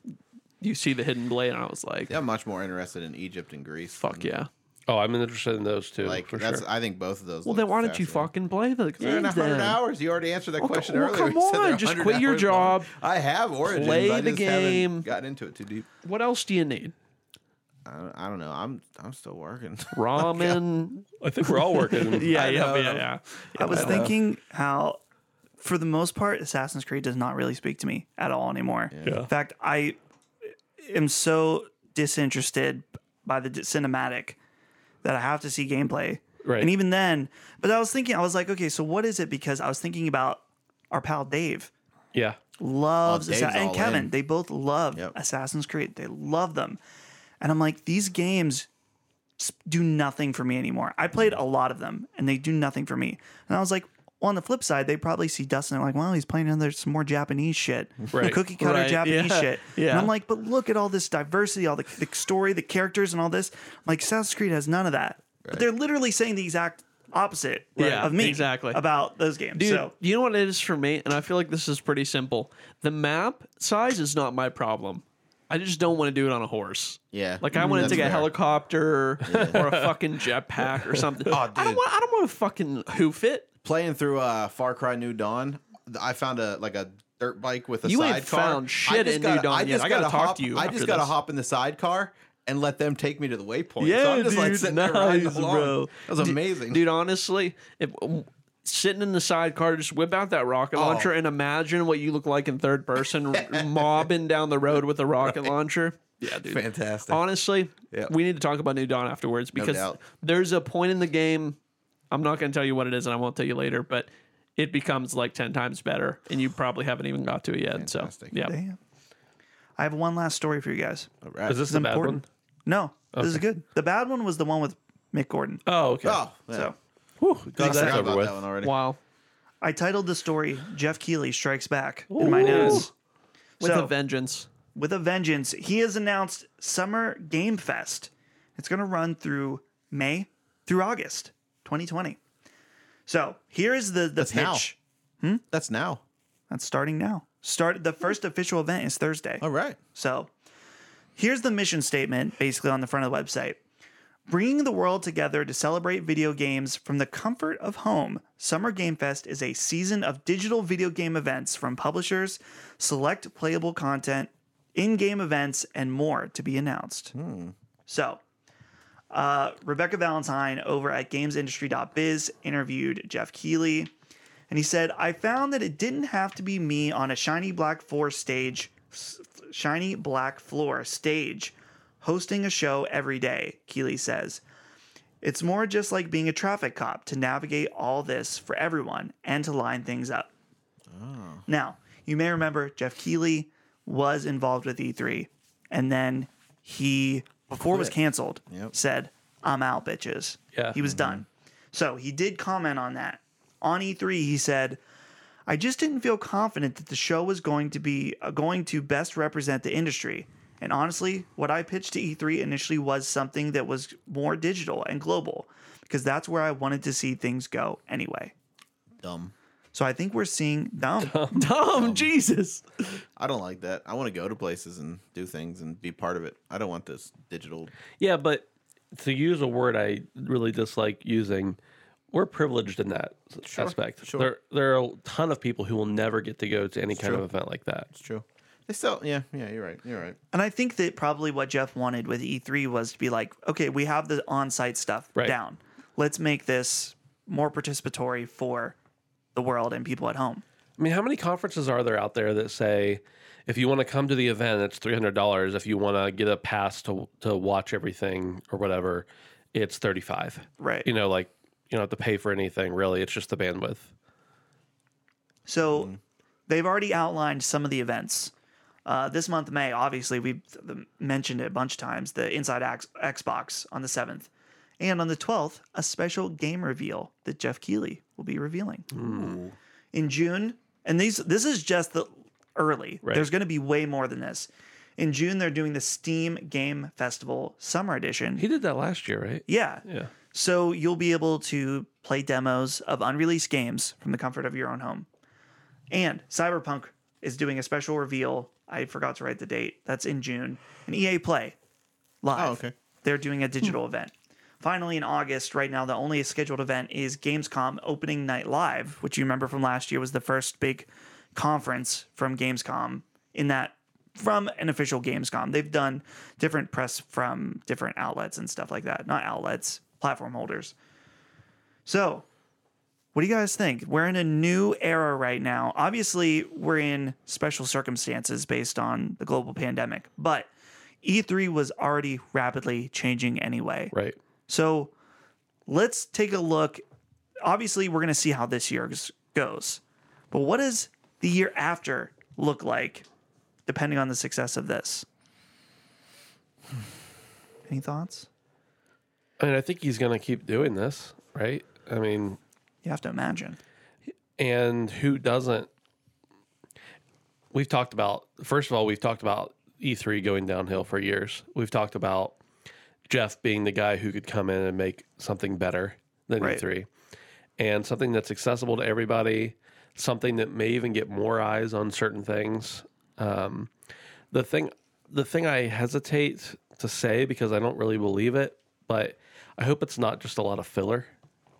E: you see the hidden blade, and I was like,
D: I'm much more interested in Egypt and Greece.
E: "Fuck
D: than-
E: yeah!"
C: Oh, I'm interested in those two.
D: Like
C: for
D: that's
C: sure.
D: I think both of those.
E: Well,
D: look
E: then why don't you
D: fascinating.
E: fucking play the game?
D: They're in
E: then?
D: 100 hours. You already answered that
E: Well,
D: question
E: well,
D: earlier.
E: come
D: You said they're
E: on, just
D: 100
E: quit your
D: hours
E: job.
D: long. I have Origins.
E: Play
D: I
E: the
D: just haven't
E: game.
D: Got into it too deep.
E: What else do you need?
D: I, I don't know. I'm I'm still working.
E: Ramen.
C: I think we're all working.
E: yeah, yeah,
D: know.
E: yeah, yeah.
B: I was thinking how, for the most part, Assassin's Creed does not really speak to me at all anymore. In fact, I am so disinterested by the d- cinematic that I have to see gameplay.
C: Right.
B: And even then, but I was thinking, I was like, okay, so what is it? Because I was thinking about our pal Dave
C: yeah.
B: loves
D: Oh, Dave's
B: Assa- and
D: all
B: Kevin.
D: in.
B: They both love
D: Yep.
B: Assassin's Creed. They love them. And I'm like, these games s- do nothing for me anymore. I played a lot of them and they do nothing for me. And I was like, on the flip side, they probably see Dustin and they're like, well, he's playing another some more Japanese shit,
C: Right.
B: cookie cutter
E: Right.
B: Japanese
E: Yeah.
B: shit.
E: Yeah.
B: And I'm like, but look at all this diversity, all the, the story, the characters, and all this. I'm like, Assassin's Creed has none of that. But they're literally saying the exact opposite
E: Yeah,
B: of me
E: exactly.
B: about those games.
E: Dude,
B: so
E: you know what it is for me, and I feel like this is pretty simple. The map size is not my problem. I just don't want to do it on a horse.
D: Yeah. Mm,
E: Like I want to
D: That's
E: take a
D: fair.
E: helicopter or a fucking jetpack or something. I don't
D: dude.
E: want. I don't want to fucking hoof it.
D: Playing through uh, Far Cry New Dawn, I found a like a dirt bike with a
E: You ain't
D: sidecar.
E: found shit
D: I just
E: in
D: gotta-
E: New Dawn
D: I
E: yet.
D: just
E: I gotta talk
D: hop,
E: to you
D: I
E: after
D: just gotta
E: this.
D: hop in the sidecar and let them take me to the waypoint. so
E: Yeah,
D: I'm just like
E: dude,
D: sitting there riding
E: nice,
D: along.
E: bro.
D: That was amazing.
E: Dude, honestly, if, sitting in the sidecar, just whip out that
D: Oh.
E: rocket launcher and imagine what you look like in third person, mobbing down the road with a rocket launcher. Yeah, dude.
D: Fantastic.
E: Honestly,
D: Yeah.
E: we need to talk about New Dawn afterwards because
D: doubt.
E: there's a point in the game. I'm not going to tell you what it is, and I won't tell you later, but it becomes like ten times better, and you probably haven't even got to it yet.
D: Fantastic.
E: So, yeah,
B: Damn. I have one last story for you guys.
D: All right.
C: Is this
B: It's
C: the bad
B: important.
C: one?
B: No, this is good. The bad one was the one with Mick Gordon.
E: Oh, okay.
D: Oh, yeah.
B: So
D: I
C: God, that's
D: forgot
C: over
D: about
C: with.
D: that one already.
E: Wow.
B: I titled the story Jeff Keighley Strikes Back in my notes.
E: With
B: So-
E: a vengeance.
B: With a vengeance, he has announced Summer Game Fest. It's going to run through May through August 2020. So here is the, the
D: That's
B: pitch.
D: now. That's now.
B: That's starting now. Start the first official event is Thursday.
D: All right.
B: So here's the mission statement basically on the front of the website. Bringing the world together to celebrate video games from the comfort of home, Summer Game Fest is a season of digital video game events from publishers, select playable content, in game events, and more to be announced. So, uh, Rebecca Valentine over at gamesindustry.biz interviewed Jeff Keighley. And he said, I found that it didn't have to be me on a shiny black floor stage, s- shiny black floor stage, hosting a show every day, Keeley says. It's more just like being a traffic cop to navigate all this for everyone and to line things up. Now, you may remember Jeff Keeley was involved with E3, and then he, before it was canceled, said, I'm out, bitches.
C: Yeah.
B: He was done. So he did comment on that. On E3, he said, I just didn't feel confident that the show was going to be uh, going to best represent the industry. And honestly, what I pitched to E3 initially was something that was more digital and global because that's where I wanted to see things go anyway.
D: Dumb.
B: So I think we're seeing dumb.
D: Oh.
E: Dumb Oh, Jesus.
D: I don't like that. I want to go to places and do things and be part of it. I don't want this digital.
C: Yeah, but to use a word I really dislike using, we're privileged in that s- aspect.
D: sure.
C: There, there are a ton of people who will never get to go to any kind of event like that.
D: It's true. They still, yeah, yeah. You're right. You're right.
B: And I think that probably what Jeff wanted with E3 was to be like, okay, we have the on site stuff
C: Right.
B: down. Let's make this more participatory for the world and people at home.
C: I mean, how many conferences are there out there that say, if you want to come to the event, it's three hundred dollars. If you want to get a pass to to watch everything or whatever, it's thirty five.
B: Right.
C: You know, like you don't have to pay for anything really. It's just the bandwidth. Hmm.
B: So they've already outlined some of the events. Uh, this month, May, obviously, we've th- mentioned it a bunch of times the Inside Ax- Xbox on the 7th. And on the 12th, a special game reveal that Jeff Keighley will be revealing. In June, and these this is just the early. There's going to be way more than this. In June, they're doing the Steam Game Festival Summer Edition.
C: He did that last year, right?
B: yeah.
C: Yeah.
B: So you'll be able to play demos of unreleased games from the comfort of your own home. And Cyberpunk is doing a special reveal. I forgot to write the date. That's in June. And EA Play live.
D: Oh, okay.
B: They're doing a digital event. Finally, in August, right now, the only scheduled event is Gamescom Opening Night Live, which you remember from last year was the first big conference from Gamescom in that from an official Gamescom. They've done different press from different outlets and stuff like that. Not outlets, platform holders. So, what do you guys think? We're in a new era right now. Obviously, we're in special circumstances based on the global pandemic, but E3 was already rapidly changing anyway.
C: Right.
B: So let's take a look. Obviously, we're going to see how this year goes- goes, but what does the year after look like depending on the success of this? Any thoughts?
C: I mean, I think he's going to keep doing this, right? I mean,
B: You have to imagine.
C: and who doesn't? We've talked about, first of all, we've talked about E3 going downhill for years. We've talked about Jeff being the guy who could come in and make something better than
B: Right.
C: E3 and something that's accessible to everybody, something that may even get more eyes on certain things. Um, the thing the thing I hesitate to say because I don't really believe it, but I hope it's not just a lot of filler.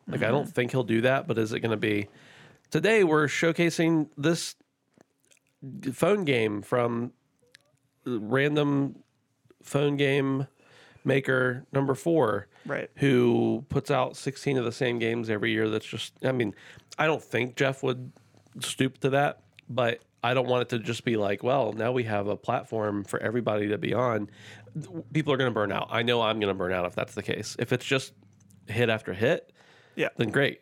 C: Like I don't think he'll do that, but is it going to be today we're showcasing this phone game from random phone game maker number 4
B: Right.
C: who puts out 16 of the same games every year that's just I mean, I don't think Jeff would stoop to that, but I don't want it to just be like, well, now we have a platform for everybody to be on. People are going to burn out. I know I'm going to burn out if that's the case. If it's just hit after hit,
B: Yeah.
C: then great.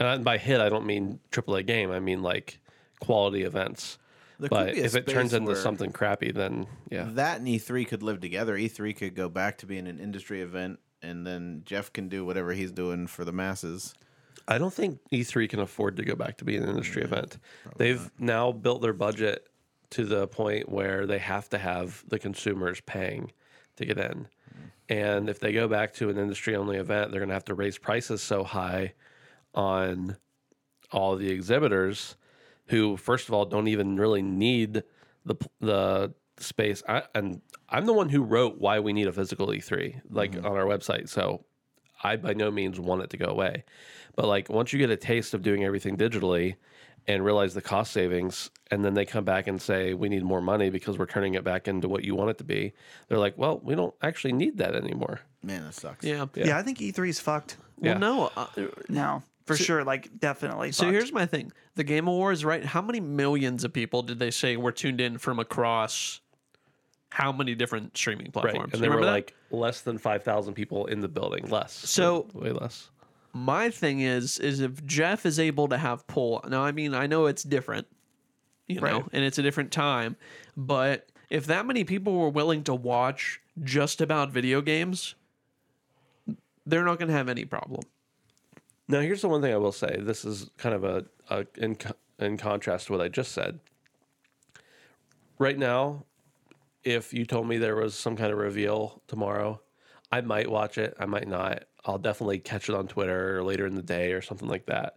C: And by hit, I don't mean AAA game. I mean like quality events.
D: There could
C: but
D: be a
C: if it turns
D: space
C: into
D: where-
C: something crappy, then yeah,
D: That and E3 could live together. E3 could go back to being an industry event, and then Jeff can do whatever he's doing for the masses.
C: I don't think E3 can afford to go back to being an industry event. They've now built their budget to the point where they have to have the consumers paying to get in. And if they go back to an industry only event, they're going to have to raise prices so high on all the exhibitors who first of all don't even really need the p- the space I, and i'm the one who wrote why we need a physical e3 like on our website so i by no means want it to go away but like once you get a taste of doing everything digitally and realize the cost savings and then they come back and say we need more money because we're turning it back into what you want it to be they're like well we don't actually need that anymore
D: Man, that sucks.
E: Yeah.
B: Yeah, I think E3 is fucked
E: Well,
C: Yeah.
E: no. I,
B: now for sure. Like definitely.
E: So
B: fucked.
E: here's my thing: the Game Awards, right? How many millions of people did they say were tuned in from across? How many different streaming platforms?
C: and
E: You
C: there were
E: remember that?
C: like less than 5000 people in the building less
E: So-
C: way less
E: my thing is is if Jeff is able to have pull. Now, I mean, I know it's different, you
C: Right.
E: know, and it's a different time, but if that many people were willing to watch just about video games, they're not going to have any problem.
C: Now, here's the one thing I will say. This is kind of a, a in, co- in contrast to what I just said. Right now, if you told me there was some kind of reveal tomorrow, I might watch it. I might not. I'll definitely catch it on Twitter or later in the day or something like that.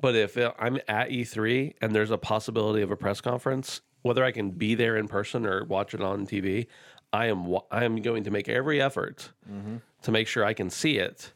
C: But if it- I'm at E3 and there's a possibility of a press conference, whether I can be there in person or watch it on TV, I am wa- I am going to make every effort to make sure I can see it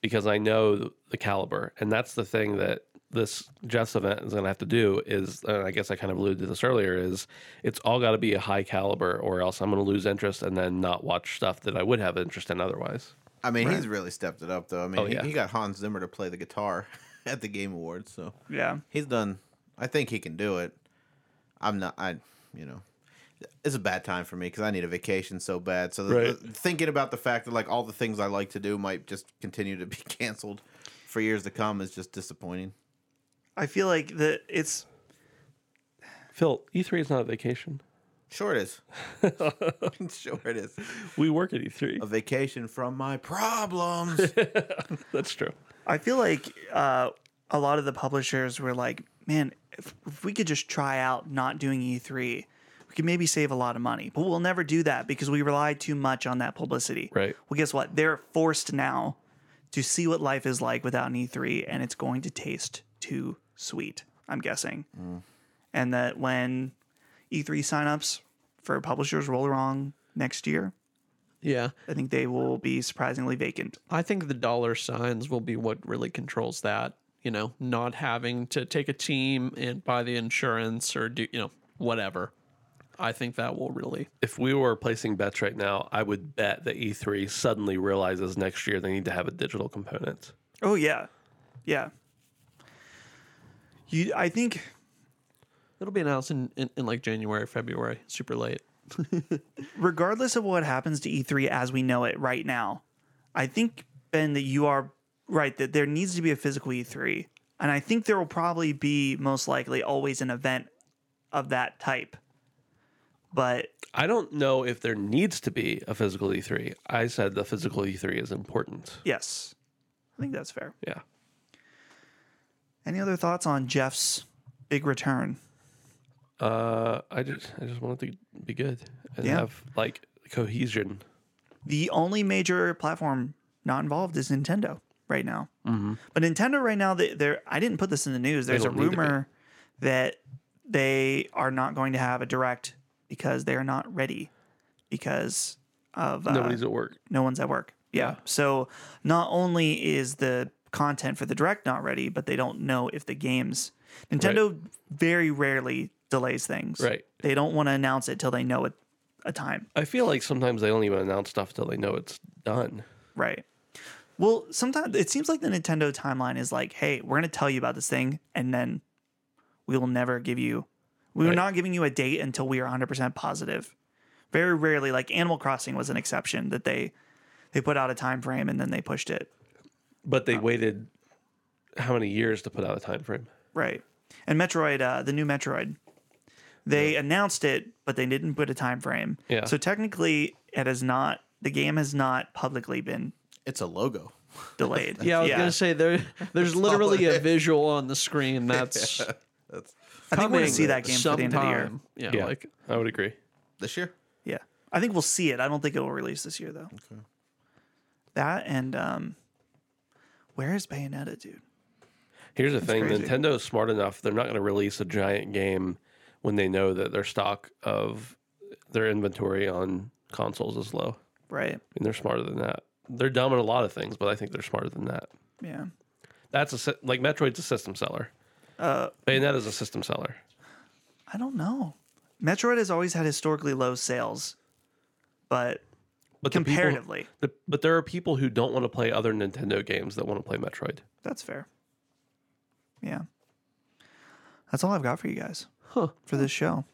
C: because I know th- the caliber. And that's the thing that this Jeff's event is going to have to do is, and I guess I kind of alluded to this earlier, is it's all got to be a high caliber or else I'm going to lose interest and then not watch stuff that I would have interest in otherwise.
D: I mean, he's really stepped it up, though. I mean, he,
C: Oh, yeah.
D: he got Hans Zimmer to play the guitar at the Game Awards, so
B: yeah.
D: he's done. I think he can do it. I'm not. I, you know, it's a bad time for me because I need a vacation so bad. So the,
C: Right.
D: the- thinking about the fact that like all the things I like to do might just continue to be canceled for years to come is just disappointing.
B: I feel like that it's
C: Phil, E3 is not a vacation.
D: Sure it is. sure it is.
C: We work at E
D: A
C: E3.
D: vacation from my problems.
C: That's true.
B: I feel like uh, a lot of the publishers were like, man, if, if we could just try out not doing E3, E we could maybe save a lot of money. But we'll never do that because we rely too much on that publicity.
C: Right.
B: Well, guess what? They're forced now to see what life is like without an E3, and it's going to taste too sweet, I'm guessing. And that when E3 signups for publishers roll around next year,
E: Yeah.
B: I think they will be surprisingly vacant.
E: I think the dollar signs will be what really controls that. You know, not having to take a team and buy the insurance or do, you know, whatever. I think that will really.
C: If we were placing bets right now, I would bet that E3 suddenly realizes next year they need to have a digital component.
B: Oh yeah, yeah. You, I think
E: It'll be announced in, in, in like January, February, super late.
B: regardless of what happens to E3 as we know it right now, I think Ben that you are right that there needs to be a physical E3, and I think there will probably be most likely always an event of that type. But
C: I don't know if there needs to be a physical E3. I said the physical E3 is important.
B: yes, I think that's fair.
C: Yeah.
B: Any other thoughts on Jeff's big return?
C: Uh, I just I just want it to be good and
B: Yeah.
C: have like cohesion.
B: the only major platform not involved is Nintendo right now. But Nintendo right now, they, they're I didn't put this in the news. There's a
C: Mm-hmm. don't need to be.
B: rumor that they are not going to have a direct because they are not ready because of uh,
C: Nobody's at work.
B: no one's at work. Yeah. So not only is the content for the direct not ready, but they don't know if the games. Nintendo very rarely delays things.
C: Right.
B: They don't want to announce it till they know it, a time.
C: I feel like sometimes they don't even announce stuff till they know it's done.
B: Right. Well, sometimes it seems like the Nintendo timeline is like, hey, we're going to tell you about this thing, and then we will never give you, we are
C: Right.
B: not giving you a date until we are 100% positive. Very rarely, like Animal Crossing was an exception that they they put out a time frame and then they pushed it.
C: But
B: Uh,
C: they waited how many years to put out a time frame?
B: Right. And Metroid, uh, the new Metroid, they announced it, but they didn't put a time frame.
C: Yeah.
B: So technically, it has not, the game has not publicly been
D: It's a logo.
B: delayed.
E: Yeah, I was gonna say there. There's literally
D: all
E: a visual on the screen that's.
B: I think we're going
E: coming
B: to see that game for the end of the year.
E: sometime. Yeah,
C: Yeah,
E: like
C: I would agree.
D: This year?
B: Yeah. I think we'll see it. I don't think it will release this year though. Okay. That and um where is Bayonetta, dude?
C: Here's the thing:
B: crazy.
C: Nintendo's smart enough; they're not going to release a giant game when they know that their stock of their inventory on consoles is low.
B: Right.
C: I mean, they're smarter than that. They're dumb in a lot of things, but I think they're smarter than that.
B: Yeah.
C: That's a sy- like Metroid's a system seller. Uh, Bayonetta's a system seller.
B: I don't know. Metroid has always had historically low sales, but
C: But the people-
B: comparatively,
C: the- but there are people who don't want to play other Nintendo games that want to play Metroid.
B: that's fair. Yeah. That's all I've got for you guys for this show.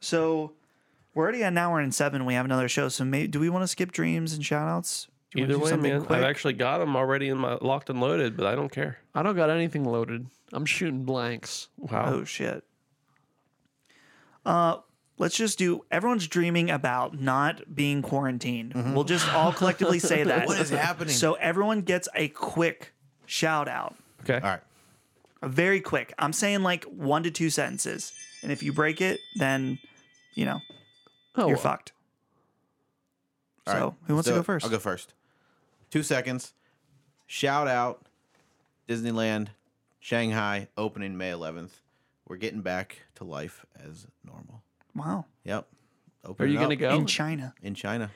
B: So we're already at an hour and seven. We have another show. So may, do we want to skip dreams and shout outs? Do you wanna
C: Either
B: do
C: way,
B: something
C: man, I've actually got them already in my locked and loaded, but I don't care.
E: I don't got anything loaded. I'm shooting blanks.
C: Wow.
B: Oh shit. Uh let's just do everyone's dreaming about not being quarantined. We'll just all collectively say that.
D: Mm-hmm. What is happening?
B: So everyone gets a quick shout out.
C: Okay.
D: All right.
B: A very quick. I'm saying like one to two sentences. And if you break it, then you know,
E: Oh,
B: you're
E: well.
B: fucked.
D: All right.
B: So, who wants
D: Let's
B: to
D: do
B: go
D: it.
B: first?
D: I'll go first. Two seconds. Shout out Disneyland, Shanghai, opening May 11th. We're getting back to life as normal.
B: Wow.
D: Yep.
E: Are
D: Open
E: you
D: it
E: gonna go?
D: up
B: In China.
D: in China?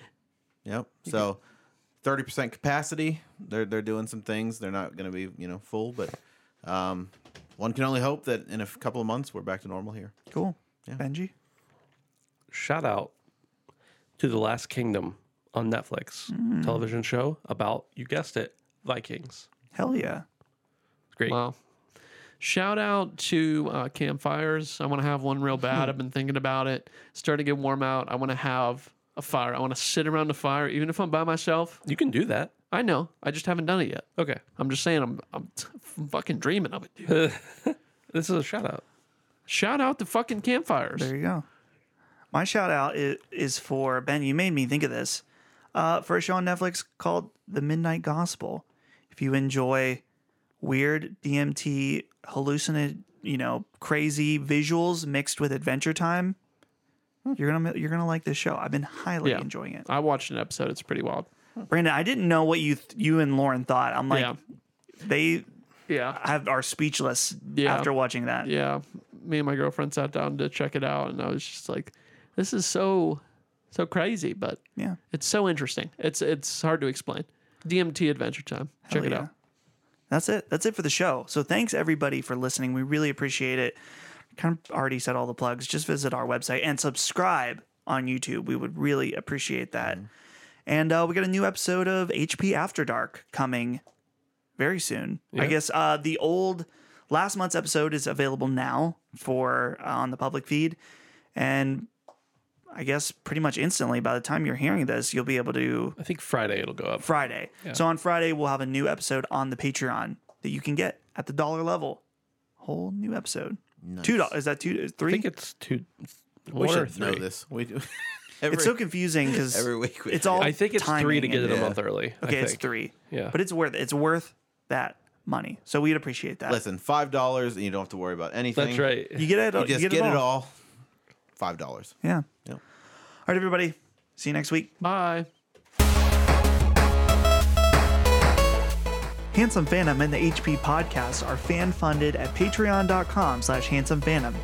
D: Yep. So, 30% capacity. They're they're doing some things. They're not going to be you know full, but um, one can only hope that in a f- couple of months we're back to normal here.
B: Cool. Benji.
C: Shout out to The Last Kingdom on Netflix
B: Mm.
C: television show about, you guessed it, Vikings.
B: Hell yeah.
C: It's great.
E: Wow. Shout out to uh, campfires. I want to have one real bad. I've been thinking about it. It's starting to get warm out. I want to have a fire. I want to sit around a fire, even if I'm by myself.
C: You can do that.
E: I know. I just haven't done it yet.
C: Okay.
E: I'm just saying, I'm, I'm t- fucking dreaming of it, dude.
C: This is a shout out.
E: Shout out to fucking campfires.
B: There you go. My shout out is, is for Ben. You made me think of this. Uh, for a show on Netflix called The Midnight Gospel. If you enjoy weird DMT hallucinate, you know, crazy visuals mixed with adventure time, You're gonna you're gonna like this show. I've been highly
E: Hmm. Yeah.
B: enjoying it.
E: I watched an episode. It's pretty wild.
B: Brandon, I didn't know what you th- you and Lauren thought. I'm like
E: yeah.
B: they
E: Yeah.
B: have are speechless
E: Yeah.
B: after watching that.
E: Yeah. Me and my girlfriend sat down to check it out and I was just like, this is so so crazy, but
B: Yeah.
E: it's so interesting. It's it's hard to explain. DMT Adventure Time. Check it
B: yeah.
E: out.
B: That's it. That's it for the show. So thanks everybody for listening. We really appreciate it. Kind of already said all the plugs. Just visit our website and subscribe on YouTube. We would really appreciate that. And uh, we got a new episode of HP After Dark coming very soon. I guess uh, the old last month's episode is available now for uh, on the public feed, and I guess pretty much instantly by the time you're hearing this, you'll be able to
C: I think Friday it'll go up.
B: Friday. So on Friday, we'll have a new episode on the Patreon that you can get at the dollar level. Whole new episode. Two dollars? Is that two?
C: I
B: Three?
C: think it's two, one or
D: know
C: three.
D: this. We do. every,
B: it's so confusing because
D: every week we
B: it's
D: forget.
B: all.
C: I think it's three
B: timing
C: to get it
B: and-
C: a month early. I
B: Okay, it's
C: think.
B: three.
C: Yeah.
B: but it's worth it's worth that money. So we'd appreciate that.
D: listen five dollars, and you don't have to worry about anything.
C: That's right.
B: you get it.
D: You just
B: get, it, all.
D: all. Five dollars.
B: Yeah.
D: Yeah.
B: All right, everybody. See you next week.
E: Bye.
B: Handsome Phantom and the HP Podcast are fan-funded at patreon.com slash handsome phantom.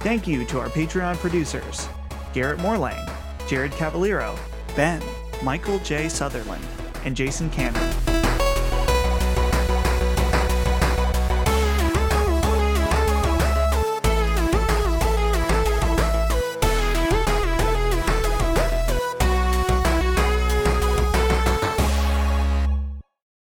B: Thank you to our Patreon producers, Garrett Morlang, Jared Cavaliero, Ben, Michael J. Sutherland, and Jason Cannon.